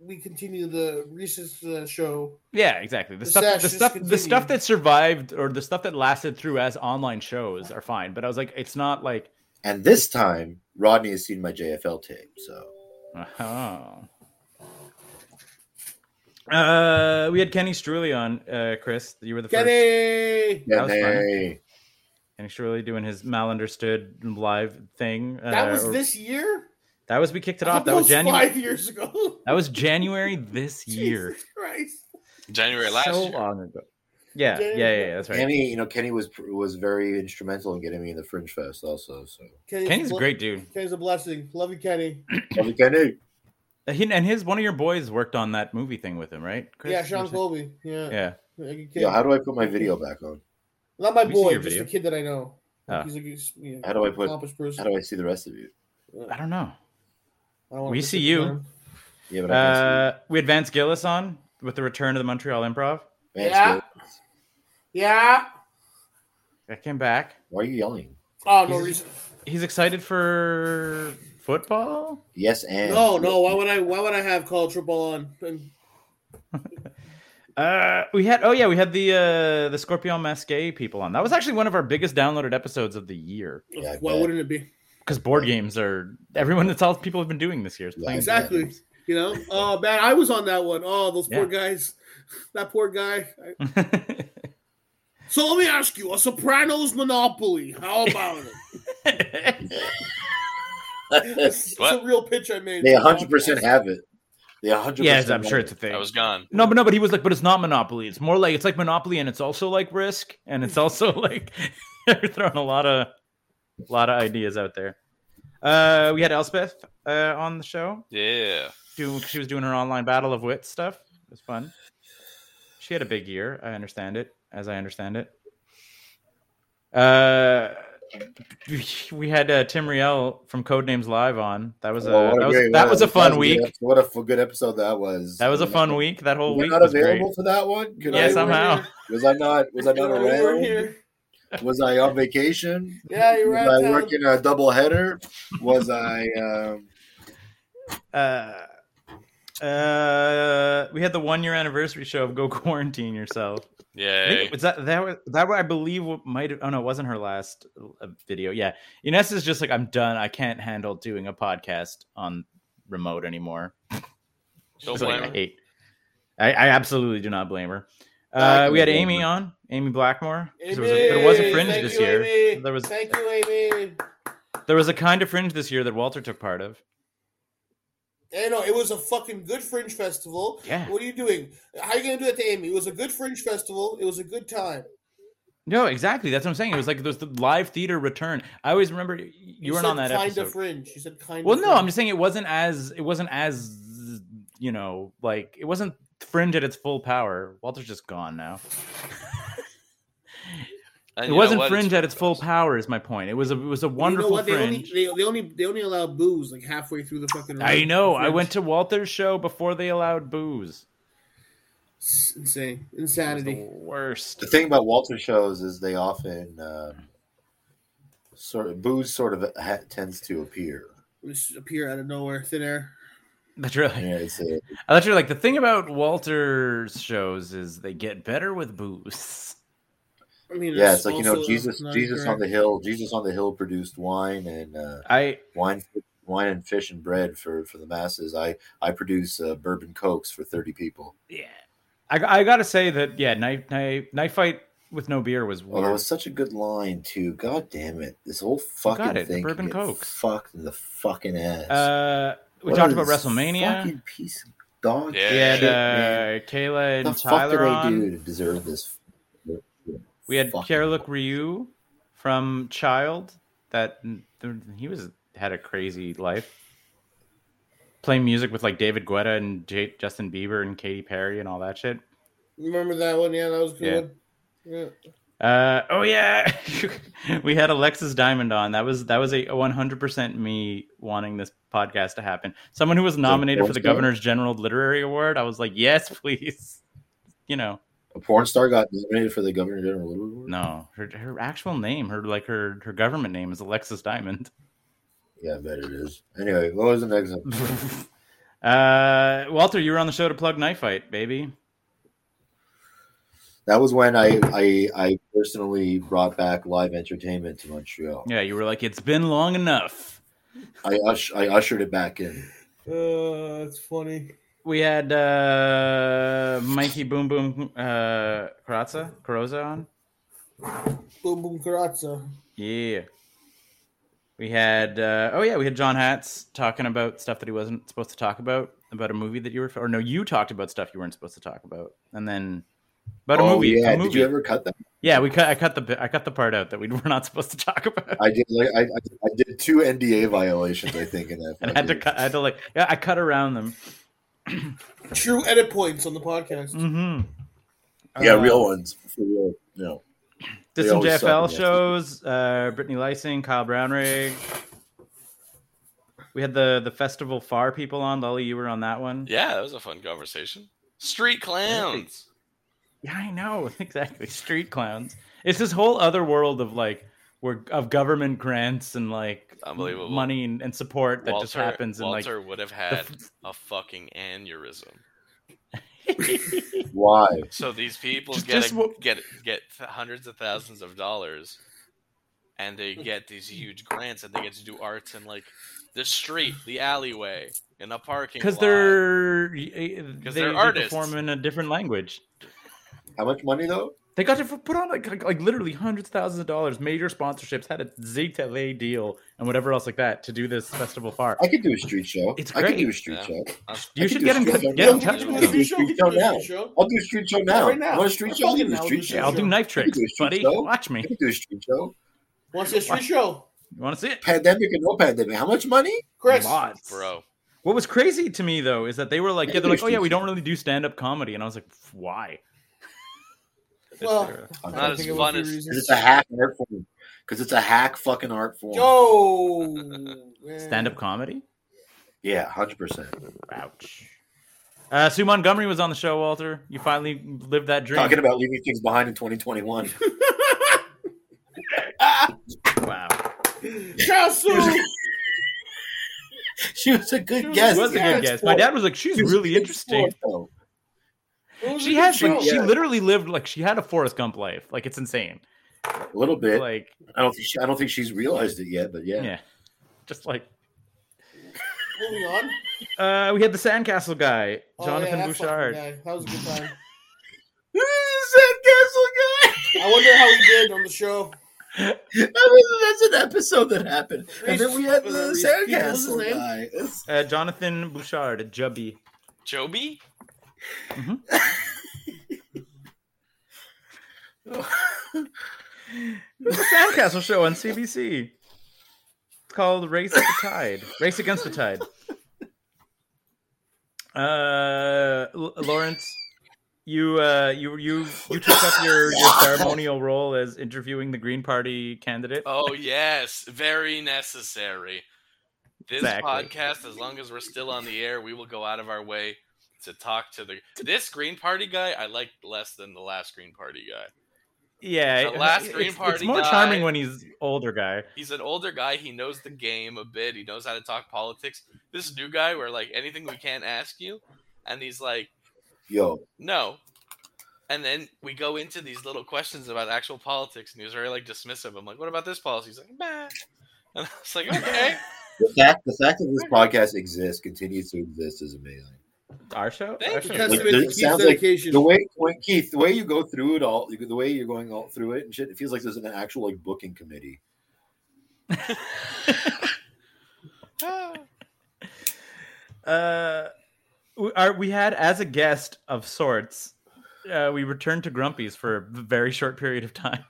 S6: we continue the recess uh, show.
S2: Yeah, exactly. The,
S6: The
S2: stuff,
S6: sesh
S2: the
S6: just
S2: stuff, the stuff
S6: continued.
S2: that survived or the stuff that lasted through as online shows are fine. But I was like, it's not like,
S5: And this time, Rodney has seen my JFL tape. So
S2: oh. Uh, we had Kenny Struley on, uh, Chris. You were the first.
S6: Kenny,
S5: yeah,
S2: was
S5: hey,
S2: Kenny Struley doing his malinderstood live thing. Uh,
S6: that was
S2: or-
S6: this year.
S2: That was we kicked it off. That
S6: That
S2: was January.
S6: Five years ago.
S2: That was January this year.
S6: Jesus Christ.
S7: January last
S2: so
S7: year.
S2: long ago. Yeah, yeah,
S6: January-
S2: yeah, yeah, That's right.
S5: Kenny, you know, Kenny was was very instrumental in getting me in the Fringe Fest also. So
S6: Kenny's,
S2: Kenny's a
S6: bl-
S2: great dude.
S6: Kenny's a blessing. Love you, Kenny.
S5: Love you, Kenny.
S2: Uh, He, and his one of your boys worked on that movie thing with him, right? Chris?
S6: yeah, Sean
S2: Was it-
S6: Colby. Yeah.
S2: Yeah.
S6: Like a kid.
S5: Yo, how do I put my video back on?
S6: Not my
S2: Have you seen
S6: boy,
S2: your
S6: just
S2: video?
S6: a kid that I know. Like,
S2: Ah.
S6: He's like, he's, yeah,
S5: How do I put-
S6: accomplished person.
S5: How do I see the rest of you?
S2: I don't know.
S6: I don't wanna
S2: We
S6: put
S2: see
S6: this
S2: you.
S6: down.
S5: Yeah, but I can't
S2: Uh, we had Vance Gillis on with the return of the Montreal Improv.
S5: see. Man,
S6: yeah.
S5: still-
S6: Yeah.
S2: That came back.
S5: Why are you yelling?
S6: Oh no reason.
S2: He's excited for football.
S5: Yes, and
S6: No, no. Why would I? Why would I have college football on? And
S2: Uh, we had oh yeah, we had the uh, the Scorpion Masqué people on. That was actually one of our biggest downloaded episodes of the year
S5: Yeah, I
S6: why
S5: bet.
S6: wouldn't it be?
S2: because board games are everyone. That's all people have been doing this year. is
S5: Yeah,
S2: playing board
S6: Exactly.
S2: games.
S6: You know. Oh man, I was on that one. Oh, those
S2: Yeah.
S6: poor guys. That poor guy. I- So let me ask you: a Sopranos monopoly? How about it? It's, it's a
S7: What?
S6: real pitch I made.
S5: they 100 percent have it. They 100.
S2: yes, I'm sure it's a thing.
S7: I was gone.
S2: No, but no, but he was like, but it's not Monopoly. It's more like it's like Monopoly, and it's also like Risk, and it's also like they're throwing a lot of, lot of ideas out there. Uh, we had Elspeth uh, on the show.
S7: Yeah.
S2: Do she was doing her online battle of wits stuff. It was fun. She had a big year. I understand it, as I understand it. Uh, we had uh, Tim Riel from Codenames Live on. That was Oh, a that was, that was a fun week.
S5: What a f- good episode that was.
S2: That was a
S5: We're
S2: fun
S5: not-
S2: week. That whole
S5: We're
S2: week
S5: not
S2: was
S5: available
S2: great.
S5: for that one. Could
S2: Yeah,
S5: I-
S2: somehow.
S5: Was I not? Was I
S6: You
S5: not
S6: know, we weren't
S5: around?
S6: here.
S5: Was I on vacation?
S6: Yeah, you're
S5: Was
S6: right.
S5: I
S6: Tom.
S5: working a double header? Was I? Um,
S2: uh, uh, we had the one year anniversary show of Go Quarantine Yourself. I think
S7: Yay.
S2: it was that that was that what I believe what might have, oh no, it wasn't her last uh, video. Yeah, Ines is just like I'm done. I can't handle doing a podcast on remote anymore.
S7: Don't
S2: She's like,
S7: blame
S2: I
S7: her.
S2: hate. I, I absolutely do not blame her.
S5: I
S2: Uh,
S5: can
S2: we had
S5: blame
S2: Amy
S5: her.
S2: on Amy Blackmore. 'cause There was, a,
S6: Amy,
S2: there was a fringe
S6: thank
S2: this
S6: you,
S2: year.
S6: Amy.
S2: There was
S6: Thank you, Amy.
S2: there was a kind of fringe this year that Walter took part of.
S6: Hey, Eh, no, it was a fucking good fringe festival.
S2: Yeah.
S6: What are you doing? How are you gonna do that to Amy? It was a good fringe festival. It was a good time.
S2: No, exactly. That's what I'm saying. It was like there's the live theater return. I always remember y- you weren't on
S6: said
S2: that
S6: kind
S2: episode.
S6: of fringe. She said kind
S2: well,
S6: of.
S2: no, I'm just saying it wasn't as it wasn't as you know like it wasn't fringe at its full power. Walter's just gone now.
S7: And
S2: it
S7: you know
S2: wasn't
S7: what? It's
S2: fringe at its full
S7: gross.
S2: power. Is my point. It was a it was a
S6: You know
S2: wonderful
S6: what?
S2: fringe.
S6: They only, they, they only they only allow booze like halfway through the fucking.
S2: I know. I went to Walter's show before they allowed booze.
S6: It's insane
S2: It was the
S6: insanity.
S2: worst.
S5: the thing about Walter shows is they often um, sort of booze sort of ha- tends to appear.
S6: It just appear out of nowhere, thin air.
S2: That's really.
S5: Yeah, it's a,
S2: I thought you were like the thing about Walter's shows is they get better with booze.
S6: I mean,
S5: yeah, it's like you know
S6: also
S5: Jesus,
S6: not
S5: Jesus on
S6: correct.
S5: the hill. Jesus on the hill produced wine and uh,
S2: I
S5: wine, wine and fish and bread for for the masses. I I produce uh, bourbon cokes for thirty people.
S2: Yeah, I, I gotta say that yeah, knife knife knife fight with no beer was
S5: Oh,
S2: weird.
S5: that was such a good line too. God damn it! This whole
S2: got
S5: fucking
S2: it, the
S5: thing can
S2: bourbon
S5: get
S2: coke.
S5: fucked in the fucking ass.
S2: uh, we
S5: What
S2: talked
S5: a
S2: about WrestleMania.
S5: Fucking piece of dog.
S7: Yeah.
S2: We had
S5: shit, man.
S2: uh, Kayla and
S5: What the fuck did
S2: Tyler
S5: they
S2: on.
S5: do to deserve this?
S2: We had
S5: fucking-
S2: Kerluk Ryu from Child. That he was had a crazy life. Playing music with like David Guetta and J- Justin Bieber and Katy Perry and all that shit.
S6: Remember that one? Yeah, that was
S2: Yeah.
S6: good. Yeah.
S2: Uh, oh yeah, we had Alexis Diamond on. That was that was a 100% me wanting this podcast to happen. Someone who was nominated for the
S5: porn star?
S2: Governor's General Literary Award. I was like, yes, please. You know,
S5: A porn star got nominated for the Governor General Award.
S2: no, her her actual name, her like her her government name is Alexis Diamond.
S5: Yeah, I bet it is. Anyway, what was the next one?
S2: uh, Walter, you were on the show to plug Knife Fight, baby.
S5: That was when I, I I personally brought back live entertainment to Montreal.
S2: Yeah, you were like, it's been long enough.
S5: I ush, I ushered it back in.
S6: Uh, that's funny.
S2: We had uh, Mikey Boom Boom uh, Carazza Caroza on.
S6: Boom boom karatza.
S2: Yeah. We had uh, oh yeah, we had John Hatz talking about stuff that he wasn't supposed to talk about, about a movie that you were or no, you talked about stuff you weren't supposed to talk about, and then about a
S5: oh
S2: movie.
S5: yeah,
S2: a movie.
S5: did you ever cut that?
S2: yeah, we cut. I cut the bit- I cut the part out that we were not supposed to talk about.
S5: I did. Like, I I- I did two NDA violations. I think in that.
S2: and I had to
S5: fucking-
S2: cut. I had to like yeah, I cut around them.
S6: True edit points on the podcast.
S2: hmm
S5: Yeah,
S2: Uh,
S5: real ones. For real. No.
S2: Did
S5: They
S2: some
S5: always suck
S2: JFL
S5: against us.
S2: shows. Uh, Brittany Lysing, Kyle Brownrigg. We had the the festival far people on. Lolly, you were on that one.
S7: Yeah, that was a fun conversation. Street clowns.
S2: Yeah, I know exactly. Street clowns. It's this whole other world of like where of government grants and like
S7: Unbelievable.
S2: money and, and support that just happens and like
S7: Walter would have
S2: the
S7: had
S2: f-
S7: a fucking aneurysm.
S5: Why?
S7: So these people
S2: Just-
S7: get
S2: just
S7: a,
S2: what-
S7: get get hundreds of thousands of dollars, and they get these huge grants, and they get to do arts in like the street, the alleyway, in a parking
S2: because
S7: lot.
S2: they're they,
S7: they're
S2: they
S7: artists.
S2: perform in a different language.
S5: How much money though?
S2: They got to f- put on like like, like literally hundreds of thousands of dollars, major sponsorships, had a Z TV E deal and whatever else like that to do this festival far.
S5: I could do a street show.
S2: It's
S5: I could do
S2: great.
S5: a street
S7: Yeah.
S5: show.
S7: That's-
S2: You
S5: I
S2: should
S5: could do
S2: get
S5: a
S2: in,
S5: street
S2: co-
S5: show
S2: get in
S5: now.
S2: touch
S5: I
S2: with
S5: could do a
S2: them.
S5: street show now. I'll do a street show now.
S6: right now.
S5: Want a street show?
S6: Fucking
S5: I'll do a
S6: now,
S5: street
S6: do
S2: Yeah, I'll
S5: show.
S2: do knife
S5: I could
S2: tricks,
S5: do a street
S2: buddy.
S5: show.
S2: Watch me.
S5: I could do a street show.
S6: What's the street show?
S2: You want to see it?
S5: Pandemic and no pandemic. How much money?
S6: Chris,
S2: Lots.
S7: bro.
S2: What was crazy to me though is that they were like, yeah, they're like, oh yeah, we don't really do stand up comedy, and I was like, why?
S6: well,
S7: Not as
S6: think of a
S7: fun
S6: few
S7: as-
S6: reasons.
S5: 'Cause it's a hack art form. Because it's a hack fucking art form.
S6: Yo, eh.
S2: Stand up comedy?
S5: Yeah, hundred percent.
S2: Ouch. Uh, Sue Montgomery was on the show, Walter. You finally lived that dream.
S5: Talking about leaving things behind in 2021.
S2: wow.
S6: Charles Sue.
S5: she was a good
S6: She
S5: guest.
S2: was a good
S6: yes,
S2: guest. My dad was like, she's
S5: She was a
S2: really
S5: good
S2: interesting.
S5: sport, though.
S6: It was a
S2: She
S6: good
S2: has like
S6: show.
S2: she
S5: Yeah.
S2: literally lived like she had a Forrest Gump life. Like it's insane.
S5: A little bit.
S2: Like
S5: I don't think she, I don't think she's realized it yet, but yeah.
S2: yeah. Just like
S6: Moving on.
S2: uh we had the Sandcastle guy,
S6: Oh,
S2: Jonathan
S6: yeah, that fucking
S2: Bouchard.
S6: guy. That was a good time.
S5: Sandcastle
S6: I wonder how he did on the show.
S5: guy. I mean, that's an episode that happened, and then we had
S6: For
S5: the
S6: that reason. Yeah, what was his
S5: sandcastle
S6: name?
S5: guy. It's-
S2: Uh Jonathan Bouchard, Jubby.
S7: Joby?
S2: There's a Sandcastle show on CBC. It's called Race at the Tide. Race Against the Tide. Uh, L- Lawrence, you uh, you you you took up your, your ceremonial role as interviewing the Green Party candidate.
S7: Oh yes, very necessary. This
S2: Exactly.
S7: podcast, as long as we're still on the air, we will go out of our way to talk to the this Green Party guy. I like less than the last Green Party guy.
S2: yeah,
S7: the last
S2: it's,
S7: Green
S2: it's
S7: Party
S2: more
S7: guy-
S2: charming when he's older guy.
S7: He's an older guy. He knows the game a bit. He knows how to talk politics. This new guy, where like anything we can't ask you, and he's like,
S5: Yo,
S7: no. And then we go into these little questions about actual politics, and he was very like dismissive. I'm like, what about this policy? He's like, nah. And I was like, okay.
S5: the fact the fact that this podcast exists continues to exist is amazing.
S2: Our show,
S7: Thank
S2: Our
S7: you.
S2: show.
S5: Like,
S6: Testament
S5: there-
S6: to
S5: it
S6: Keith's
S5: sounds like
S6: dedication.
S5: the way when- Keith, the way you go through it all, the way you're going all through it and shit, it feels like there's an actual like booking committee.
S2: Uh, we, our, we had as a guest of sorts. Uh, we returned to Grumpy's for a very short period of time.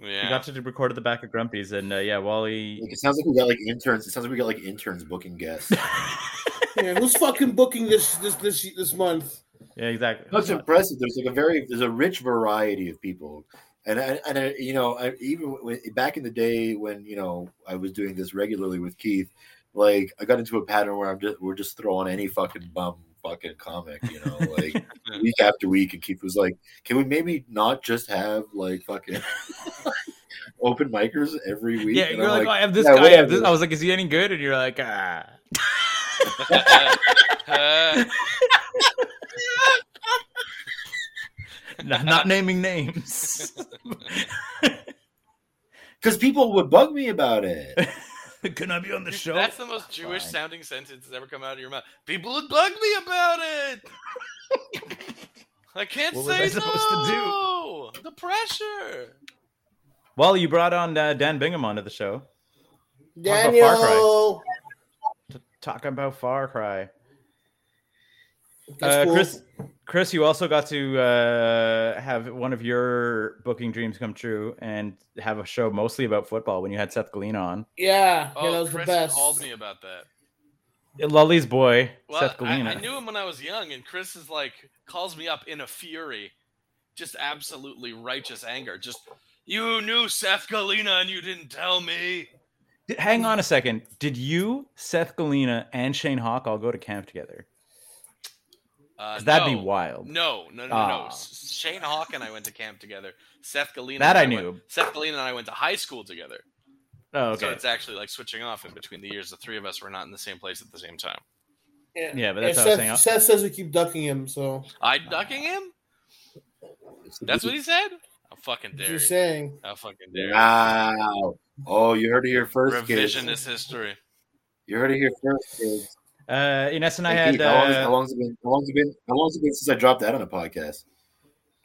S2: We
S7: Yeah.
S2: got to do- record at the back of Grumpy's, and uh, yeah, Wally.
S5: Like, it sounds like we got like interns. It sounds like we got like interns booking guests.
S6: Yeah, who's fucking booking this this this this month?
S2: Yeah, exactly.
S5: That's impressive. There's like a very there's a rich variety of people, and I, and I, you know I, even when, back in the day when you know I was doing this regularly with Keith, like I got into a pattern where I'm just we're just throwing any fucking bum fucking comic, you know, like week after week, and Keith was like, "Can we maybe not just have like fucking." Open micers every week.
S2: Yeah,
S5: And
S2: you're
S5: I'm
S2: like, oh, I have this
S5: "Yeah,
S2: guy. I,
S5: whatever."
S2: have this. I was like, is he any good? And you're like, ah. not, not naming names.
S5: because people would bug me about it.
S2: Can I be on the show?
S7: That's the most Jewish
S2: Fine.
S7: sounding sentence that's ever come out of your mouth. People would bug me about it. I can't
S2: What was
S7: say
S2: I supposed to do?
S7: no. The pressure.
S2: Well, you brought on uh, Dan Bingham onto the show. about Far Cry.
S6: Daniel.
S2: to talk about Far Cry.
S6: That's
S2: uh,
S6: cool.
S2: Chris, Chris, you also got to uh, have one of your booking dreams come true and have a show mostly about football when you had Seth Glean on.
S6: Yeah,
S7: Oh,
S6: yeah, that was
S7: Chris
S6: the best.
S7: called me about that.
S2: Lully's boy,
S7: Well,
S2: Seth
S7: I,
S2: Galena.
S7: I knew him when I was young, and Chris is like calls me up in a fury, just absolutely righteous anger. Just you knew Seth Galena and you didn't tell me.
S2: D- Hang on a second. Did you, Seth Galena, and Shane Hawk all go to camp together?
S7: Uh,
S2: 'Cause that'd
S7: no.
S2: be wild.
S7: No, no, no, no.
S2: Ah.
S7: S- Shane Hawk and I went to camp together. Seth Galena.
S2: That
S7: and
S2: I
S7: went-
S2: knew.
S7: Seth Galena and I went to high school together.
S2: Oh,
S7: So
S2: okay.
S7: it's actually like switching off in between the years. The three of us were not in the same place at the same time.
S2: Yeah, but that's
S6: And
S2: what I was
S6: Seth,
S2: saying.
S6: Seth says we keep ducking him, so
S7: I
S2: Ah.
S7: ducking him? That's what he said? How fucking dare
S6: you're
S7: you.
S6: saying.
S7: How fucking dare you.
S5: Wow. Oh, you heard it here first, kids.
S7: Revisionist history.
S5: You heard it here first, kids.
S2: Uh, Ines and I
S5: Hey,
S2: had.
S5: Pete, how, long, how
S2: Uh,
S5: long's it been? How long's it been? How long's it been since I dropped that on a podcast?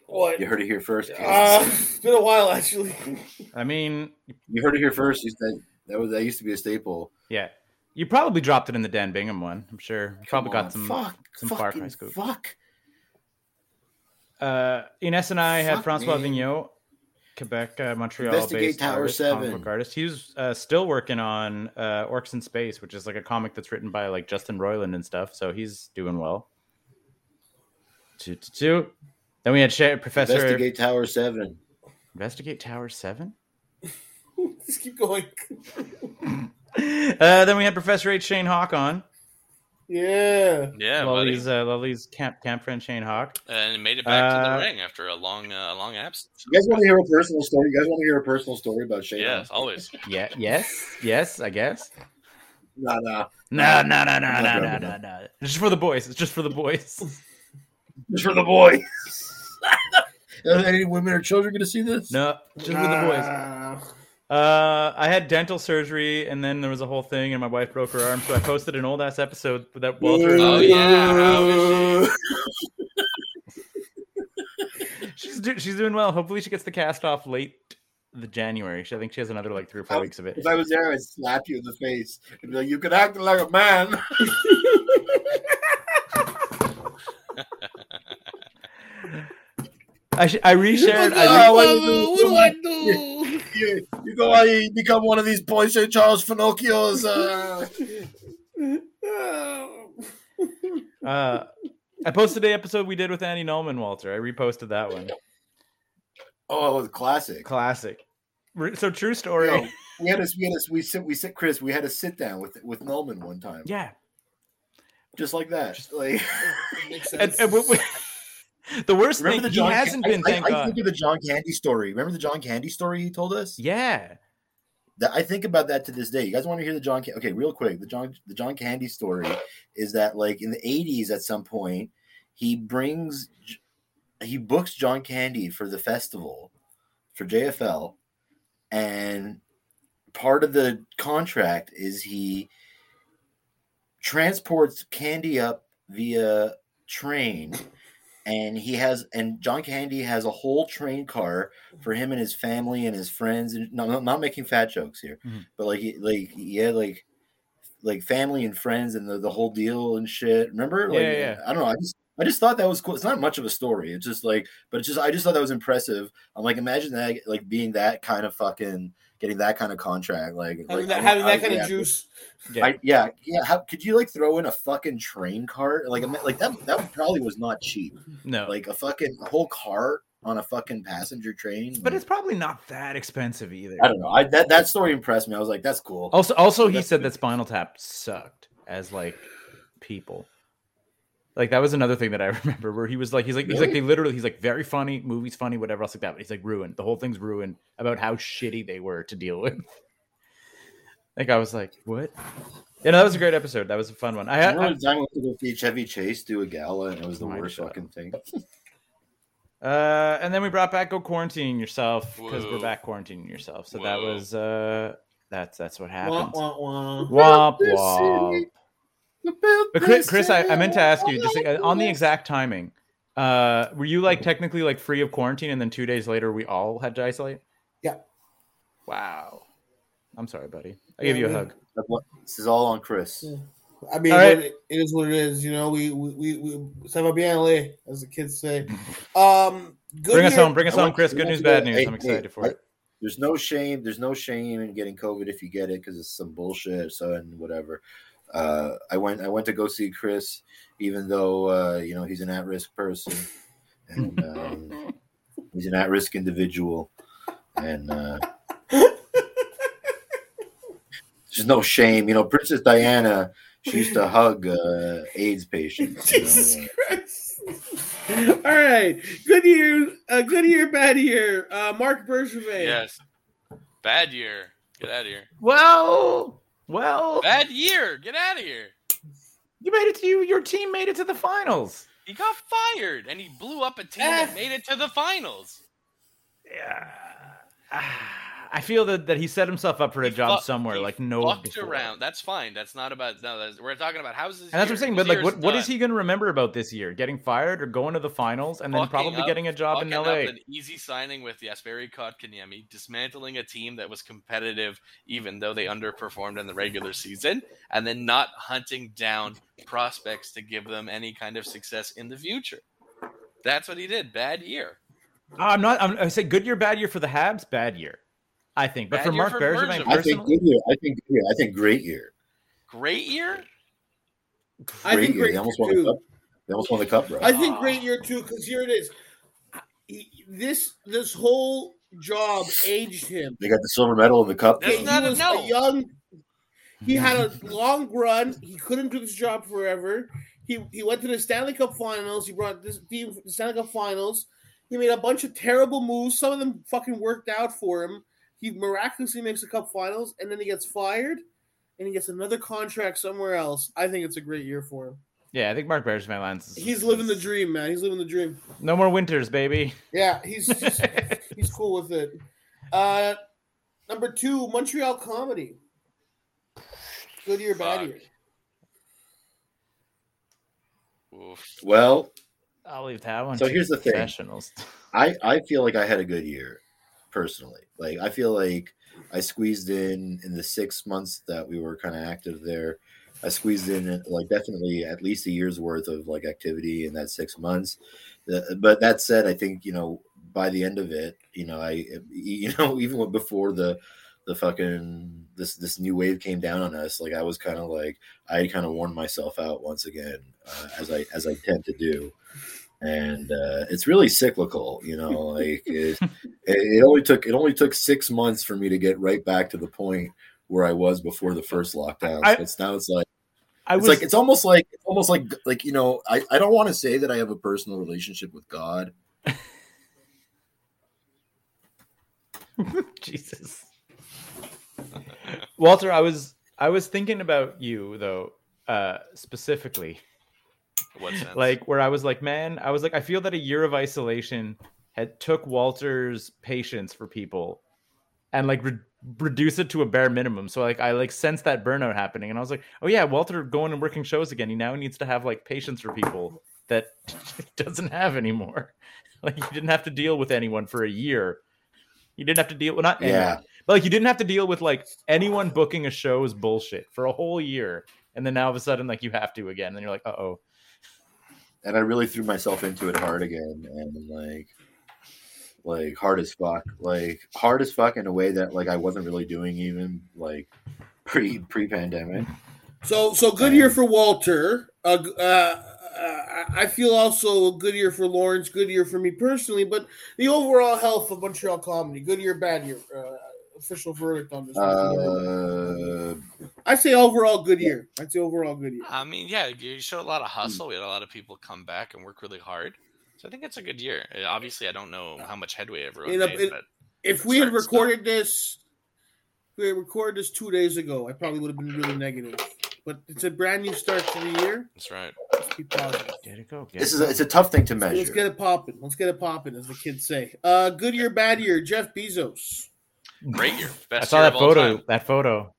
S6: What?
S5: You heard it here first. kids.
S2: Ah.
S6: Uh, it's been a while, actually.
S2: I mean,
S5: you heard it here first. You said that was that used to be a staple.
S2: yeah. You probably dropped it in the Dan Bingham one, I'm sure. You probably
S5: Come on,
S2: got some
S5: fuck,
S2: some Far Cry
S5: fucking
S2: scoop.
S5: Fuck.
S2: Uh, Ines and I had
S5: Fuck,
S2: Francois
S5: man.
S2: Vigneault, Quebec, uh,
S5: Investigate
S2: Montreal-based
S5: Tower
S2: artist, comic
S5: 7.
S2: book artist. He's uh, still working on uh, Orcs in Space, which is like a comic that's written by like Justin Roiland and stuff. So he's doing well. Toot, toot, toot. Then we had Sha- Professor Investigate,
S5: Investigate Tower
S2: Tower
S5: Seven.
S2: Seven.
S6: Just keep going.
S2: Uh, then we had Professor H. Shane Hawk on.
S6: Yeah.
S7: Yeah, Oh, buddy.
S2: Lully's, uh, Lully's camp camp friend Shane Hawk.
S7: And it made it back to
S2: Uh,
S7: the ring after a long, uh, a long absence.
S5: You guys want to hear a personal story? You guys want to hear a personal story about Shane?
S7: Yes, always.
S2: Yeah. Yes. Yes. I guess.
S5: Nah, nah.
S2: No. No. No. No.
S5: I'm
S2: No.
S5: not
S2: No.
S5: grabbing
S2: No.
S5: that.
S2: No. It's just for the boys. It's just for the boys.
S5: Just for the boys. Are Any women or children going to see this?
S2: No, just with the boys. Uh, I had dental surgery, and then there was a whole thing, and my wife broke her arm, so I posted an old ass episode that Walter.
S7: Oh, yeah, how is
S2: she's do- she's doing well. Hopefully, she gets the cast off late the January. She, I think she has another like three or four
S5: Oh.
S2: weeks of it.
S5: If I was there, I'd slap you in the face and be like, "You can act like a man."
S2: I sh- I reshared. I,
S5: Oh,
S2: re-
S5: what
S8: Whoa,
S5: do you
S8: what
S5: do?
S8: do I do?
S5: you, you go out, you become one of these Boy St. Charles Finocchios. Uh,
S8: Oh.
S2: uh, I posted the episode we did with Annie Nolman, Walter. I reposted that one.
S5: oh, it was classic.
S2: Classic. Re- so true story.
S5: Yo, we had us, we had us, we sit, we sit, Chris. We had a sit down with with Nolman one time,
S2: Yeah.
S5: just like that. Like,
S6: Makes
S2: And,
S6: sense.
S2: and we- we- the worst
S5: remember
S2: thing
S5: the
S2: he
S5: John?
S2: hasn't
S5: I-
S2: been.
S5: I,
S2: Thank
S5: I
S2: God.
S5: think of the John Candy story. Remember the John Candy story he told us?
S2: Yeah.
S5: that I think about that to this day. You guys want to hear the John? Can- okay, real quick, the John the John Candy story is that like in the '80s, at some point, he brings J- he books John Candy for the festival for JFL, and part of the contract is he transports Candy up via train. And he has, and John Candy has a whole train car for him and his family and his friends. And no, no, not making fat jokes here,
S2: Mhm.
S5: but like, he- like he had like, like family and friends and the, the whole deal and shit. Remember? Like,
S2: Yeah, yeah.
S5: I don't know. I just, I just thought that was cool. It's not much of a story. It's just like, but it's just, I just thought that was impressive. I'm like, imagine that, like being that kind of fucking getting that kind of contract. Like,
S6: Having
S5: like,
S6: that,
S5: I'm-
S6: having
S5: I-
S6: that kind
S5: yeah.
S6: of juice.
S2: Yeah.
S5: I, yeah, yeah. How could you like throw in a fucking train cart? Like, ima- like that. That probably was not cheap.
S2: no.
S5: Like a fucking whole cart on a fucking passenger train.
S2: but
S5: like,
S2: it's probably not that expensive either.
S5: I don't know. I that that story impressed me. I was like, that's cool.
S2: Also, also he
S5: Oh, That's
S2: said that Spinal Tap sucked as like people. Like that was another thing that I remember where he was like, he's like, he's like,
S5: Really?
S2: they literally, he's like, very funny, movie's funny, whatever else like that. But he's like ruined. The whole thing's ruined about how shitty they were to deal with. Like I was like, what? You know, that was a great episode. That was a fun one. I
S5: I
S2: had,
S5: remember the time we went to go see Chevy Chase do a gala, and it was the
S2: Mind
S5: worst
S2: shot.
S5: fucking thing.
S2: uh, and then we brought back go quarantine yourself because we're
S7: Whoa.
S2: back quarantining yourself. So that
S7: Whoa.
S2: was uh, that's that's what
S6: Wah,
S2: happened.
S6: wah, wah.
S2: Womp
S5: this
S2: womp.
S5: city. About
S2: But Uh, Chris,
S5: this
S2: Chris I, I meant to ask you
S5: city.
S2: just uh, on the exact timing. Uh, were you like technically like free of quarantine, and then two days later we all had to isolate?
S6: Yeah.
S2: Wow. I'm sorry, buddy. I gave
S6: Yeah,
S2: you a
S6: yeah.
S2: hug.
S5: That's what- This is all on Chris.
S6: Yeah. I mean,
S2: All right.
S6: it it is what it is. You know, we we we, we se va bien, LA, as the kids say. Um, good
S2: Bring us
S6: here-
S2: home. Bring us
S5: I
S2: home,
S5: want-
S2: Chris.
S5: I
S2: Good
S5: want
S2: news,
S5: you to-
S2: bad news.
S5: hey,
S2: I'm
S5: hey,
S2: excited for
S5: I-
S2: it.
S5: There's no shame. There's no shame in getting COVID if you get it because it's some bullshit. So and whatever. Uh, I went. I went to go see Chris, even though uh, you know he's an at-risk person, and um, he's an at-risk individual, and uh, there's no shame. You know, Princess Diana. She used to hug uh, AIDS patients. you know,
S8: Jesus
S5: uh,
S8: Christ. All right. Good year, uh, good year, bad year. Uh, Mark Bergevin.
S7: Yes. Bad year. Get out of here.
S2: Well, well,
S7: Bad year. Get out of here.
S2: you made it to you. Your team made it to the finals.
S7: He got fired and he blew up a team
S6: Eh.
S7: that made it to the finals.
S2: Yeah. I feel that, that he set himself up for a
S7: He
S2: job
S7: fuck-
S2: somewhere
S7: he
S2: like no one
S7: fucked
S2: before.
S7: around. That's fine. That's not about no. That's, we're talking about houses.
S2: And that's what I'm saying. But like, what, what is he going to remember about this year? Getting fired or going to the finals and then
S7: Fucking
S2: probably
S7: up-
S2: getting a job in
S7: Fucking
S2: LA?
S7: Up an easy signing with Yasperi Kotkaniemi, dismantling a team that was competitive even though they underperformed in the regular season, and then not hunting down prospects to give them any kind of success in the future. That's what he did. Bad year.
S2: I'm not. I'm, I say good year, bad year for the Habs. Bad year, I think. But
S7: Bad
S2: for
S7: year
S2: Mark
S7: for
S2: Bergevin
S7: Bergevin.
S5: I think
S2: personally,
S5: good year. I think good year. I think great year.
S7: Great year.
S6: I
S5: Great
S6: think
S5: year.
S6: great
S5: They almost
S6: year
S5: won the
S6: too.
S5: cup. They almost won the cup, bro.
S6: I think great year too, because here it is. This this whole job aged him.
S5: They got the silver medal in the cup.
S7: That's
S6: he
S5: bro.
S7: not a
S6: was
S7: no.
S6: a young. He had a long run. He couldn't do this job forever. He he went to the Stanley Cup Finals. He brought this team to the Stanley Cup Finals. He made a bunch of terrible moves. Some of them fucking worked out for him. He miraculously makes the Cup Finals, and then he gets fired, and he gets another contract somewhere else. I think it's a great year for him.
S2: yeah, I think Mark Bergevin lands.
S6: He's living the dream, man. He's living the dream.
S2: No more winters, baby.
S6: Yeah, he's just, he's cool with it. Uh, number two, Montreal comedy. Good year, bad
S7: Fuck.
S6: year.
S7: Oof.
S5: Well,
S2: I'll leave that one.
S5: So
S2: to
S5: here's the thing.
S2: professionals.
S5: I I feel like I had a good year personally. Like I feel like I squeezed in in the six months that we were kind of active there. I squeezed in like definitely at least a year's worth of like activity in that six months. The- But that said, I think you know by the end of it, you know I e, you know even when- before the the fucking this this new wave came down on us, like I was kind of like I had kind of worn myself out once again uh, as I as I tend to do and uh, it's really cyclical you know like it, it- it only took it only took six months for me to get right back to the point where i was before the first lockdown
S2: I-
S5: so it's now it's like
S2: I
S5: it's
S2: was
S5: like it's almost like it's almost like like you know i, I don't want to say that i have a personal relationship with god
S2: Jesus. Walter, I was I was thinking about you though, uh, specifically.
S7: What sense?
S2: like where I was like, man, I was like, I feel that a year of isolation had took Walter's patience for people and like re- reduce it to a bare minimum. So like I like sensed that burnout happening, and I was like, oh yeah, Walter going and working shows again. He now needs to have like patience for people that doesn't have anymore. Like you didn't have to deal with anyone for a year. You didn't have to deal well, not anyone,
S5: Yeah.
S2: but like you didn't have to deal with like anyone booking a show is bullshit for a whole year. And then now all of a sudden, like you have to again. And then you're like, uh oh.
S5: and i really threw myself into it hard again and like like hard as fuck, like hard as fuck in a way that like I wasn't really doing even like pre pre pandemic.
S6: So so good year for Walter. Uh, g- uh, uh, I feel also a good year for Lawrence. Good year for me personally, but the overall health of Montreal comedy. Good year, bad year. Uh, official verdict on this.
S5: Uh,
S6: I'd say overall good year. I'd say overall good year.
S7: I mean, yeah, you showed a lot
S2: Hmm.
S7: of hustle. We had a lot of people come back and work really hard. So I think it's a good year. Uh, Obviously, I don't know how much headway everyone
S6: In a-
S7: made,
S6: in-
S7: but
S6: If we had
S7: Sorry, stop.
S6: recorded this, if we had recorded this two days ago, I probably would have been really negative. But it's a brand new start to the year.
S7: that's right.
S6: Let's be positive.
S2: Did it go?
S5: this is a, it's a tough thing to measure.
S6: Let's get it popping. Let's get it popping, as the kids say. Uh, good year, bad year. Jeff Bezos.
S7: Great year.
S2: I
S7: Best
S2: saw
S7: year
S2: that
S7: of all
S2: photo.
S7: time.
S2: That photo.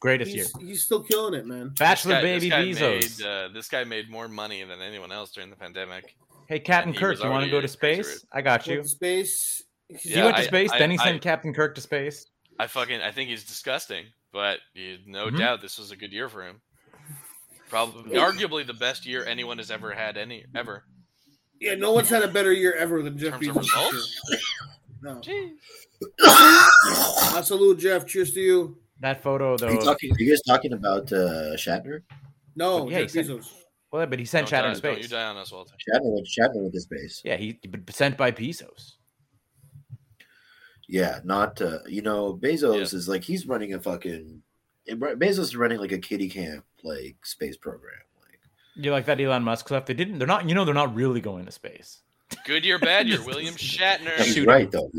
S2: Greatest year.
S6: He's, he's still killing it, man.
S7: This
S2: Bachelor
S7: guy- this
S2: Baby
S7: guy
S2: Bezos.
S7: Made, uh, this guy made more money than anyone else during the pandemic.
S2: hey, Captain
S7: he
S2: Kirk,
S7: was
S2: you want to
S7: already
S2: go
S7: a
S2: to space?
S7: cruiser.
S2: I got
S6: Went
S2: you.
S6: to space.
S2: he
S7: Yeah,
S2: went to
S7: I-
S2: space,
S7: I-
S2: then he
S7: I-
S2: sent Captain Kirk to space.
S7: I fucking I think he's disgusting, but you, no
S2: Mhm.
S7: doubt this was a good year for him. Probably, arguably the best year anyone has ever had, any ever.
S6: Yeah, no one's had a better year ever than Jeff
S7: terms of
S6: Bezos. for
S7: results?
S6: sure. No.
S7: Jeez.
S6: I salute Jeff. Cheers to you.
S2: That photo,
S5: Are you,
S2: though.
S5: talking, are you guys talking about uh, Shatner?
S6: No,
S2: But yeah,
S6: Jeff
S2: he said-
S6: Bezos.
S2: Well, but he sent
S7: Don't die-
S2: Shadow to
S7: Don't you
S2: space.
S7: die on us, Walter?
S5: Shatner went Shatner went to space.
S2: Yeah, he b- b- sent by Bezos.
S5: Yeah, not uh, you know Bezos is like he's running a fucking eh, Bezos is running like a kitty camp like space program. Like
S2: You like that Elon Musk stuff? They didn't. They're not. You know, they're not really going to space.
S7: Good year, bad year. William Shatner.
S5: he's
S2: Shoot.
S5: right though.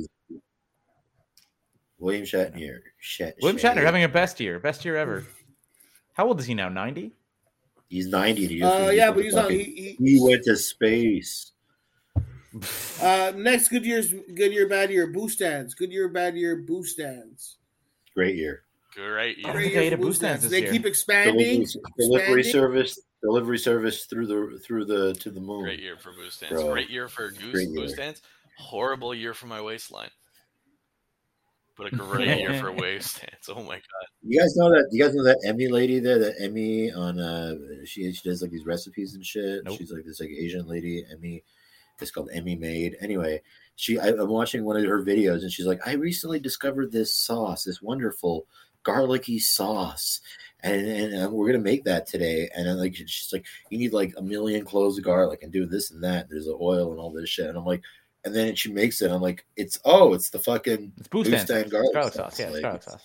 S5: William Shatner. Shat,
S2: William Shatner having a best year, best year ever. How old is he now? Ninety.
S5: he's ninety. and he just-
S6: Uh,
S5: he
S6: yeah,
S5: just
S6: but he's on.
S5: fucking-
S6: He, he,
S5: He went to space.
S6: uh, next good year's good year, bad year. Boost ads. Good year, bad year. Boost ads.
S5: Great year.
S7: Great year.
S2: think
S6: Great
S2: I
S6: year
S2: ate
S6: for
S2: a Boost ads this
S6: They
S2: year.
S6: keep expanding.
S5: Delivery, delivery
S6: expanding.
S5: service. Delivery service through the through the to the moon.
S7: Great year for boost dance.
S5: Bro.
S7: Great year for goose
S5: Great year.
S7: boost dance. Horrible year for my waistline. But a great year for waist dance. Oh my god.
S5: You guys know that you guys know that Emmy lady there, that Emmy on uh she she does like these recipes and shit.
S2: Nope.
S5: She's like this like Asian lady, Emmy. It's called Emmy Made. Anyway, she I, I'm watching one of her videos and she's like, I recently discovered this sauce, this wonderful garlicky sauce. And, and, uh, we're gonna make that today. And I'm like she's like, you need like a million cloves of garlic and do this and that. There's the oil and all this shit. And I'm like, and then she makes it. I'm like, it's oh, it's the fucking
S2: It's Boost
S5: Boost
S2: dance.
S5: and
S2: It's
S5: garlic
S2: garlic, sauce.
S5: sauce,
S2: Yeah, it's
S5: like,
S2: garlic
S5: it's-
S2: sauce.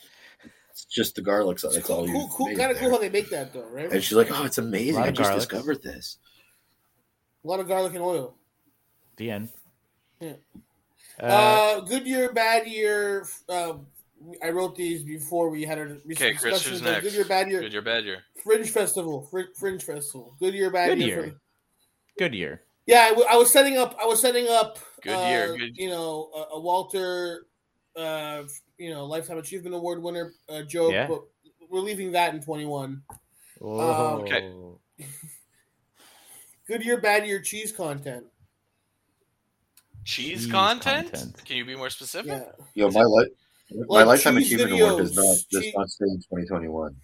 S5: it's just the garlic sauce.
S6: It's
S5: That's all
S6: cool,
S5: you.
S6: cool, cool.
S5: made
S6: Kind of
S5: there.
S6: cool how they make that though, right?
S5: And she's like, "Oh, it's
S2: A
S5: amazing!
S2: lot
S5: I
S2: of
S5: just
S2: garlic.
S5: discovered this."
S6: A lot of garlic and oil.
S2: The end.
S6: Yeah.
S2: Uh,
S6: Uh, good year, bad year. Uh, I wrote these before we had our recent
S7: Okay, Chris,
S6: discussions,
S7: who's
S6: but
S7: next?
S6: Good year, bad year.
S7: Good year, bad year.
S6: Fringe festival. Fr- Fringe festival. Good year, bad
S2: good
S6: year.
S2: year. Good year.
S6: Yeah, I, w- I was setting up. I was setting up.
S7: Good
S6: uh,
S7: year, good-
S6: You know, a, a Walter, uh, you know, lifetime achievement award winner uh, joke,
S2: Yeah.
S6: but we're leaving that in twenty one.
S2: Oh.
S7: okay.
S6: Good year, bad year. Cheese content.
S7: Cheese
S2: Cheese
S7: content?
S2: content.
S7: Can you be more specific?
S6: Yeah.
S5: Yo, my life, my
S6: Like
S5: lifetime
S6: cheese
S5: achievement award does not
S6: videos,
S5: does
S6: cheese-
S5: not stay in 2021.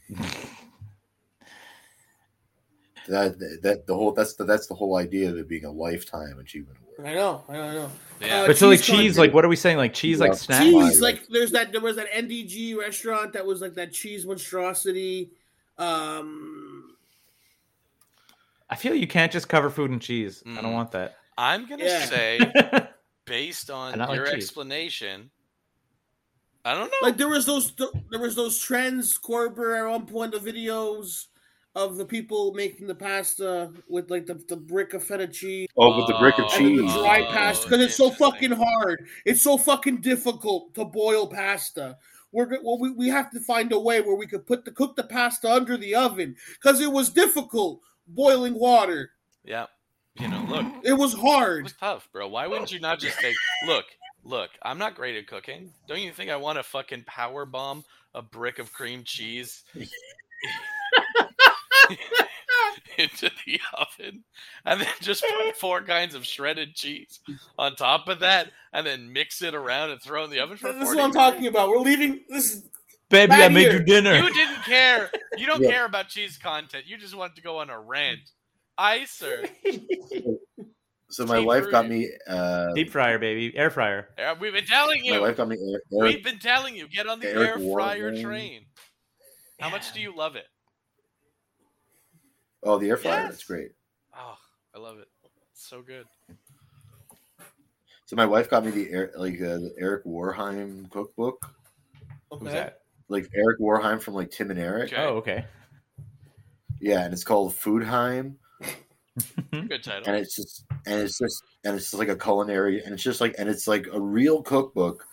S5: that that the whole that's the that's the whole idea of it being a lifetime achievement award.
S6: I know. I know. I know.
S7: Yeah.
S6: Uh,
S2: But so like
S6: cheese
S2: cheese,
S6: content.
S2: like what are we saying? Like cheese, like
S5: Yeah.
S2: snack.
S6: cheese.
S5: Cheese.
S6: Like there's that there was that NDG restaurant that was like that cheese monstrosity. Um
S2: I feel you can't just cover food and cheese. I don't
S7: Mm.
S2: want that.
S7: I'm gonna
S6: Yeah.
S7: say, based on
S2: And I like
S7: your
S2: cheese.
S7: explanation, I don't know.
S6: like there was those there was those trends Corber at one point the videos of the people making the pasta with like the, the brick of feta cheese
S5: Oh, with the brick of
S7: Oh,
S6: and the
S5: cheese.
S6: dry
S7: Oh,
S6: pasta because it's so
S7: interesting.
S6: fucking hard it's so fucking difficult to boil pasta we're go- well, we, we have to find a way where we could put the cook the pasta under the oven because it was difficult boiling water
S7: yeah. You know, look,
S6: it was
S7: It
S6: hard
S7: was tough, bro. Why wouldn't you not just say, look, look, I'm not great at cooking. Don't you think I want to fucking power bomb a brick of cream cheese into the oven and then just put four kinds of shredded cheese on top of that and then mix it around and throw it in the oven for
S6: this is
S7: 40
S6: what i'm talking about we're leaving this is
S2: Baby,
S6: Right
S2: I made
S6: here.
S2: you dinner.
S7: You didn't care. You don't
S5: Yeah.
S7: care about cheese content. You just wanted to go on a rant. I, sir.
S5: So my
S7: Deep
S5: wife got
S7: fried.
S5: me. Uh,
S2: Deep fryer, baby. Air fryer.
S7: Yeah, We've been telling
S5: my
S7: you.
S5: wife got me. Eric,
S7: We've been telling you. Get on the
S5: Eric
S7: air fryer
S5: Warren.
S7: train. How much do you love it?
S5: oh, the air fryer.
S7: Yes.
S5: That's great.
S7: Oh, I love it. It's so good.
S5: So my wife got me the air, like uh, the Eric Warheim cookbook.
S2: Who's
S8: Okay.
S2: that?
S5: Like Eric Warheim from like Tim and Eric.
S7: Okay.
S2: Oh, okay.
S5: Yeah, and it's called Foodheim,
S7: Good title.
S5: and it's just and it's just and it's just like a culinary, and it's just like and it's like a real cookbook,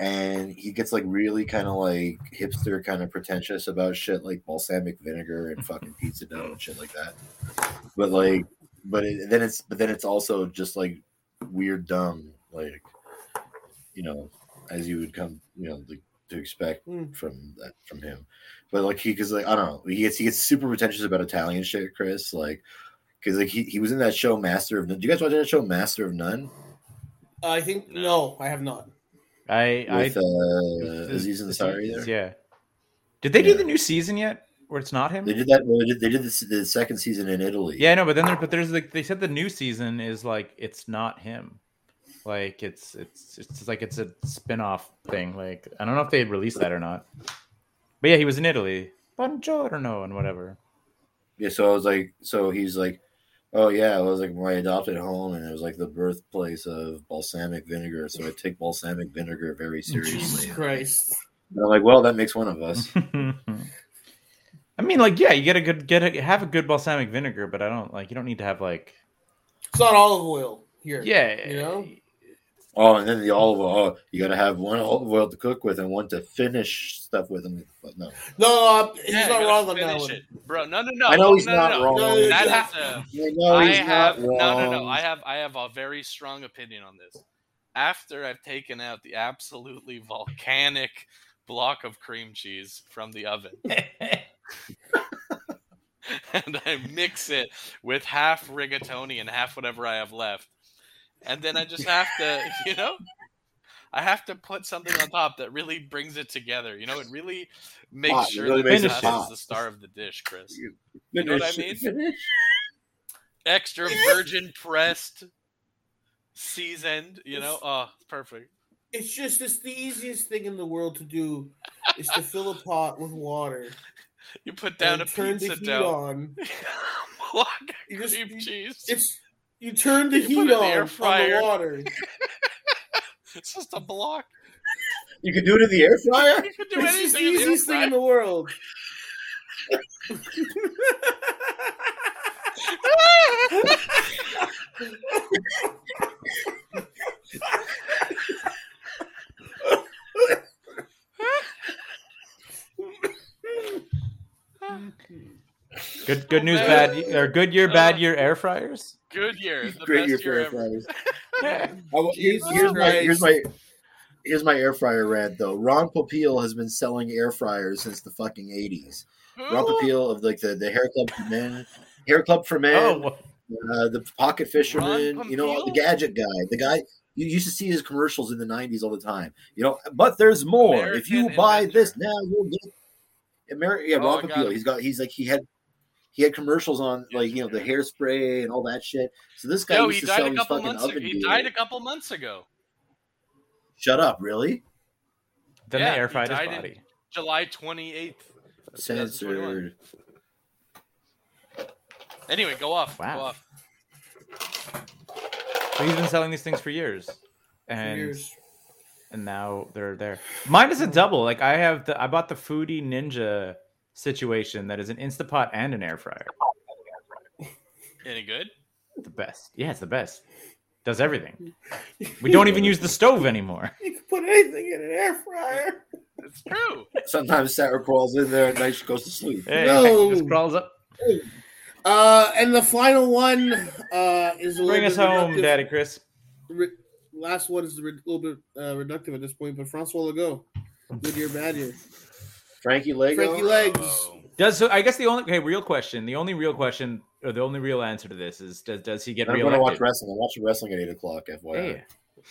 S5: and he gets like really kind of like hipster, kind of pretentious about shit like balsamic vinegar and fucking pizza dough and shit like that. But like, but it, then it's but then it's also just like weird, dumb, like you know, as you would come, you know, like, to expect
S6: Mm.
S5: from that from him. But like he, because like I don't know, he gets he gets super pretentious about Italian shit, Chris. Like, because like he, he was in that show Master of None. Do you guys watch that show Master of None?
S6: I think no, I have not.
S2: I I
S5: With uh, Aziz Ansari there.
S2: Yeah. Did they do
S5: Yeah.
S2: the new season yet? Where it's not him?
S5: They did that. Well, they did, they did this, the second season in Italy.
S2: Yeah, I know, but then there, but there's like they said the new season is like it's not him. Like it's it's it's like it's a spin-off thing. Like I don't know if they released that or not. But yeah, he was in Italy. Buongiorno and whatever.
S5: Yeah. So I was like, so he's like, oh yeah, I was like my adopted home, and it was like the birthplace of balsamic vinegar. So I take balsamic vinegar very
S6: Jesus
S5: seriously.
S6: Christ.
S5: And I'm like, well, that makes one of us.
S2: I mean, like, yeah, you get a good get a have a good balsamic vinegar, but I don't like you don't need to have like
S6: It's not olive oil here.
S2: yeah,
S6: You know?
S5: Oh, and then the olive oil. Oh, you got to have one olive oil to cook with and one to finish stuff with. And but no,
S6: No, no, I- he's
S7: Yeah,
S6: not
S7: you gotta
S6: wrong on that
S7: finish
S6: one.
S7: it. bro. No, no, no.
S5: I know
S7: no,
S5: he's
S7: no,
S5: not
S7: no.
S5: wrong.
S6: No,
S7: That
S6: you
S7: is
S6: ha-
S7: a-
S5: I know
S7: I
S5: he's
S7: have
S5: not wrong.
S7: no, no, no. I have I have a very strong opinion on this. After I've taken out the absolutely volcanic block of cream cheese from the oven, and I mix it with half rigatoni and half whatever I have left, and then I just have to, you know. I have to put something on top that really brings it together. You know, it really makes
S5: Hot, it
S7: sure
S5: really
S7: that
S2: makes
S7: the
S2: it
S7: pasta is
S5: hot.
S7: the star of the dish, Chris.
S5: You
S7: know what I mean? extra virgin pressed, seasoned. You know, oh, it's perfect.
S6: It's just it's the easiest thing in the world to do is to fill a pot with water
S7: You put down
S6: and
S7: a
S6: turn the
S7: pizza
S6: heat
S7: dough,
S6: on.
S7: block
S6: You
S7: of
S6: just
S7: cream
S6: you-
S7: cheese. It's,
S6: it's you turn the
S7: You put
S6: heat
S7: it in
S6: on
S7: the air
S6: on
S7: fryer.
S6: the water.
S7: just a block.
S5: You can do it in the air fryer.
S7: You could do
S6: It's just
S7: anything. in
S6: the
S7: the air
S6: easiest thing in
S7: fryer.
S6: the world.
S2: Good good news,
S7: bad.
S2: bad or good year, bad year air fryers.
S7: Good year, the
S5: Great year
S7: best
S5: for
S7: year,
S5: air
S7: ever.
S5: fryers.
S2: Yeah.
S5: I wa- here's,
S6: Jesus
S5: here's my, here's my
S6: Christ.
S5: here's my air fryer rant though. Ron Popeil has been selling air fryers since the fucking eighties. Ron
S7: Who?
S5: Popeil of like the, the hair club for men, hair club for men.
S2: Oh, wha-
S5: uh, the pocket fisherman,
S7: Ron
S5: you know, the
S7: Pompeo?
S5: gadget guy, the guy you used to see his commercials in the 90s all the time, you know. But there's more. if you
S7: American
S5: buy
S7: inventor.
S5: this now, you'll get Ameri- yeah,
S7: Oh, I
S5: Ron
S7: got
S5: Pompeo.
S7: it.
S5: He's got he's like he had he had commercials on like you know the hairspray and all that shit. So this guy
S7: Yo,
S5: used
S7: he
S5: to
S7: died
S5: sell
S7: a
S5: his
S7: couple
S5: fucking
S7: months ago.
S5: oven
S7: He
S5: gear.
S7: died a couple months ago,
S5: Shut up, really?
S2: then
S7: Yeah,
S2: they air
S7: he
S2: fried his
S7: died in-
S2: body.
S7: July twenty eighth.
S5: Censored.
S7: Anyway, go off.
S2: Wow.
S7: Go off.
S2: So he's been selling these things for years, and
S6: Years.
S2: and now they're there. Mine is a double. Like I have the I bought the Foodie Ninja situation that is an Instapot and an air fryer.
S7: Any good?
S2: The best. Yeah, it's the best. Does everything. We don't even use the stove anymore.
S6: You can put anything in an air fryer.
S7: It's true.
S5: Sometimes Sarah crawls in there at night. She goes to sleep.
S2: Hey,
S6: No.
S2: just crawls up.
S6: Uh, and the final one uh, is a little
S2: Bring
S6: bit
S2: us home,
S6: reductive.
S2: Daddy Chris.
S6: Re- last one is a re- little bit uh, reductive at this point, but Francois Legault, good year, bad year.
S5: Frankie Lego.
S6: Frankie Legs.
S7: Oh.
S2: Does so I guess the only okay, real question, the only real question or the only real answer to this is does does he get
S5: I'm going to watch
S2: reelected?
S5: wrestling. I'm watching wrestling at eight o'clock. FYI.
S2: Yeah.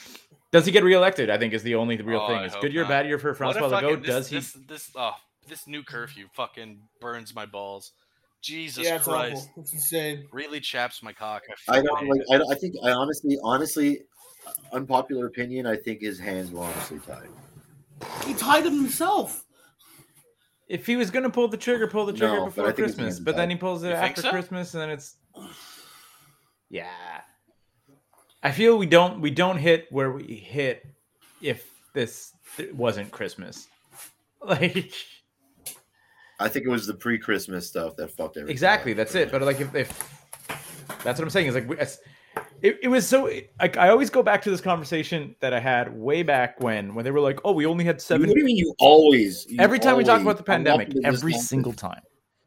S2: Does he get reelected? I think is the only real
S7: Oh,
S2: thing.
S7: I
S2: It's
S7: hope
S2: good year,
S7: not.
S2: bad year for
S7: What a
S2: Francois
S7: fucking-
S2: Legault.
S7: this-
S2: Does he
S7: This, this, oh, this new curfew fucking burns my balls. Jesus
S6: yeah, it's
S7: Christ,
S6: awful. It's insane.
S7: really chaps my cock.
S5: I
S7: fucking
S5: don't
S7: hate
S5: like. I, don't- I think I honestly, honestly, unpopular opinion. I think his hands were honestly tied.
S6: He tied him himself.
S2: If he was gonna pull the trigger, pull the trigger
S5: No, but I
S2: before
S5: think it's
S2: Christmas.
S5: gonna
S2: But
S5: die.
S2: then he pulls it
S7: You think
S2: after
S7: so?
S2: Christmas, and then it's yeah. I feel we don't we don't hit where we hit if this th- wasn't Christmas. Like
S5: I think it was the pre-Christmas stuff that fucked everything.
S2: exactly,
S5: up.
S2: that's it. But like if, if that's what I'm saying is like we- it's- it, it was so like I always go back to this conversation that I had way back when when they were like, oh, we only had
S5: What
S2: seven.
S5: do you mean? You always. you
S2: Every time we talk
S5: always-
S2: about the
S5: I'm
S2: pandemic,
S5: walking to this
S2: every
S5: conference,
S2: single time,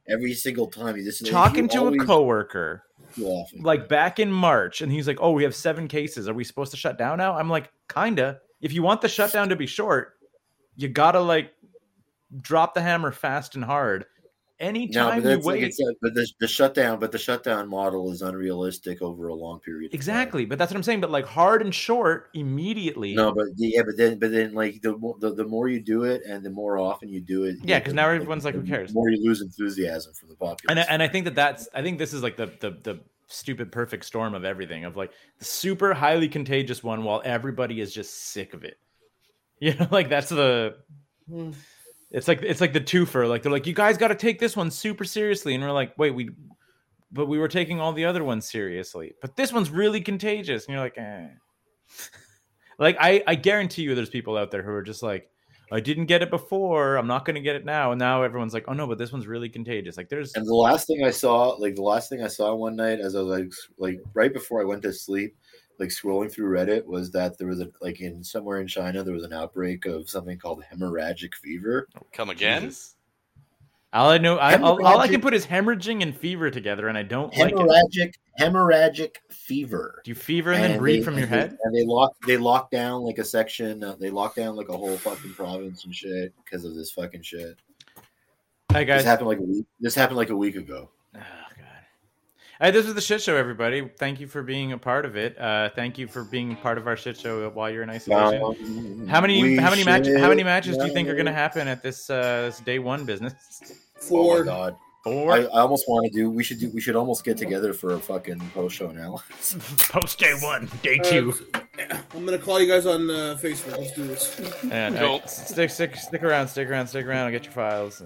S5: every single time. You just
S2: talking
S5: you
S2: to a
S5: always
S2: coworker
S5: go off it.
S2: like back in March, and he's like, "Oh, we have seven cases. Are we supposed to shut down now?" I'm like, "Kinda. If you want the shutdown to be short, you gotta like drop the hammer fast and hard.
S5: No,
S2: Anytime you
S5: but that's like
S2: wait,
S5: I said, but the, the shutdown, but the shutdown model is unrealistic over a long period. of time.
S2: exactly. But that's what I'm saying. But like hard and short immediately.
S5: No, but the- yeah, but then, but then, like the, mo- the the more you do it, and the more often you do it,
S2: Yeah, 'cause
S5: the-
S2: now
S5: the-
S2: everyone's like,
S5: the
S2: who cares?
S5: More you lose enthusiasm from the populace.
S2: and I, and I think that that's I think this is like the the the stupid perfect storm of everything of like the super highly contagious one while everybody is just sick of it. You know, like that's the
S6: Hmm.
S2: it's like it's like the twofer. Like they're like, you guys got to take this one super seriously, and we're like, wait, we but we were taking all the other ones seriously, but this one's really contagious, and you're like, eh. like I I guarantee you, there's people out there who are just like. I didn't get it before. I'm not going to get it now. And now everyone's like, "Oh no, but this one's really contagious." Like, there's
S5: And the last thing I saw, like the last thing I saw one night, as I was like, s- like right before I went to sleep, like scrolling through Reddit, was that there was a like in somewhere in China there was an outbreak of something called hemorrhagic fever.
S2: Oh
S7: it. Come again?
S2: Jesus. All I know, I, all, all I can
S5: Hemorrhagic-
S2: put is hemorrhaging and fever together, and I don't like it.
S5: Hemorrhagic, hemorrhagic fever.
S2: Do you fever and, then breathe
S5: they-
S2: from your
S5: and they-
S2: head?
S5: And they lock they locked down like a section. Uh, they locked down like a whole fucking province and shit because of this fucking shit.
S2: Hi guys.
S5: This happened like a week. This happened like a week ago.
S2: Oh god. Hey, this is the shit show, everybody. Thank you for being a part of it. Uh, thank you for being part of our shit show while you're in isolation. how many
S5: Um, We
S2: how many matches how many
S5: should
S2: matches do you think are going to
S5: know.
S2: happen at this uh, this day one business?
S5: Oh my
S6: For uh,
S5: god!
S2: Four
S5: I, I almost want to do. We should do. We should almost get together for a fucking post show now.
S2: post day one, day
S6: Uh, I'm gonna call you guys on uh, Facebook. Let's do this.
S2: And uh,
S7: Nope.
S2: stick stick stick around, stick around, stick around. I'll get your files.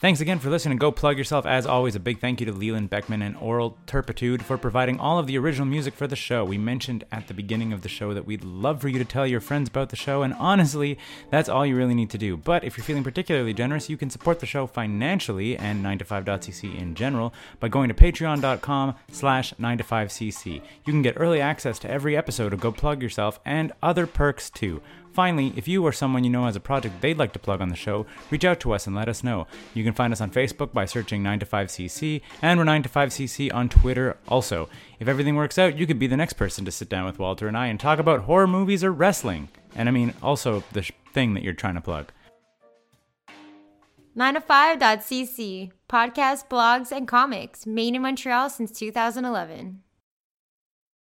S2: Thanks again for listening. Go plug yourself. As always, a big thank you to Leland Beckman and Oral Turpitude for providing all of the original music for the show. We mentioned at the beginning of the show that we'd love for you to tell your friends about the show, and honestly, that's all you really need to do. But if you're feeling particularly generous, you can support the show financially and 9to5.cc in general by going to patreon.com slash 9to5cc. You can get early access to every episode of Go Plug Yourself and other perks too. Finally, if you or someone you know has a project they'd like to plug on the show, reach out to us and let us know. You can find us on Facebook by searching 9to5cc, and we're 9to5cc on Twitter also. If everything works out, you could be the next person to sit down with Walter and I and talk about horror movies or wrestling. And I mean, also the sh- thing that you're trying to plug.
S10: 9to5.cc, podcast, blogs, and comics, made in Montreal since 2011.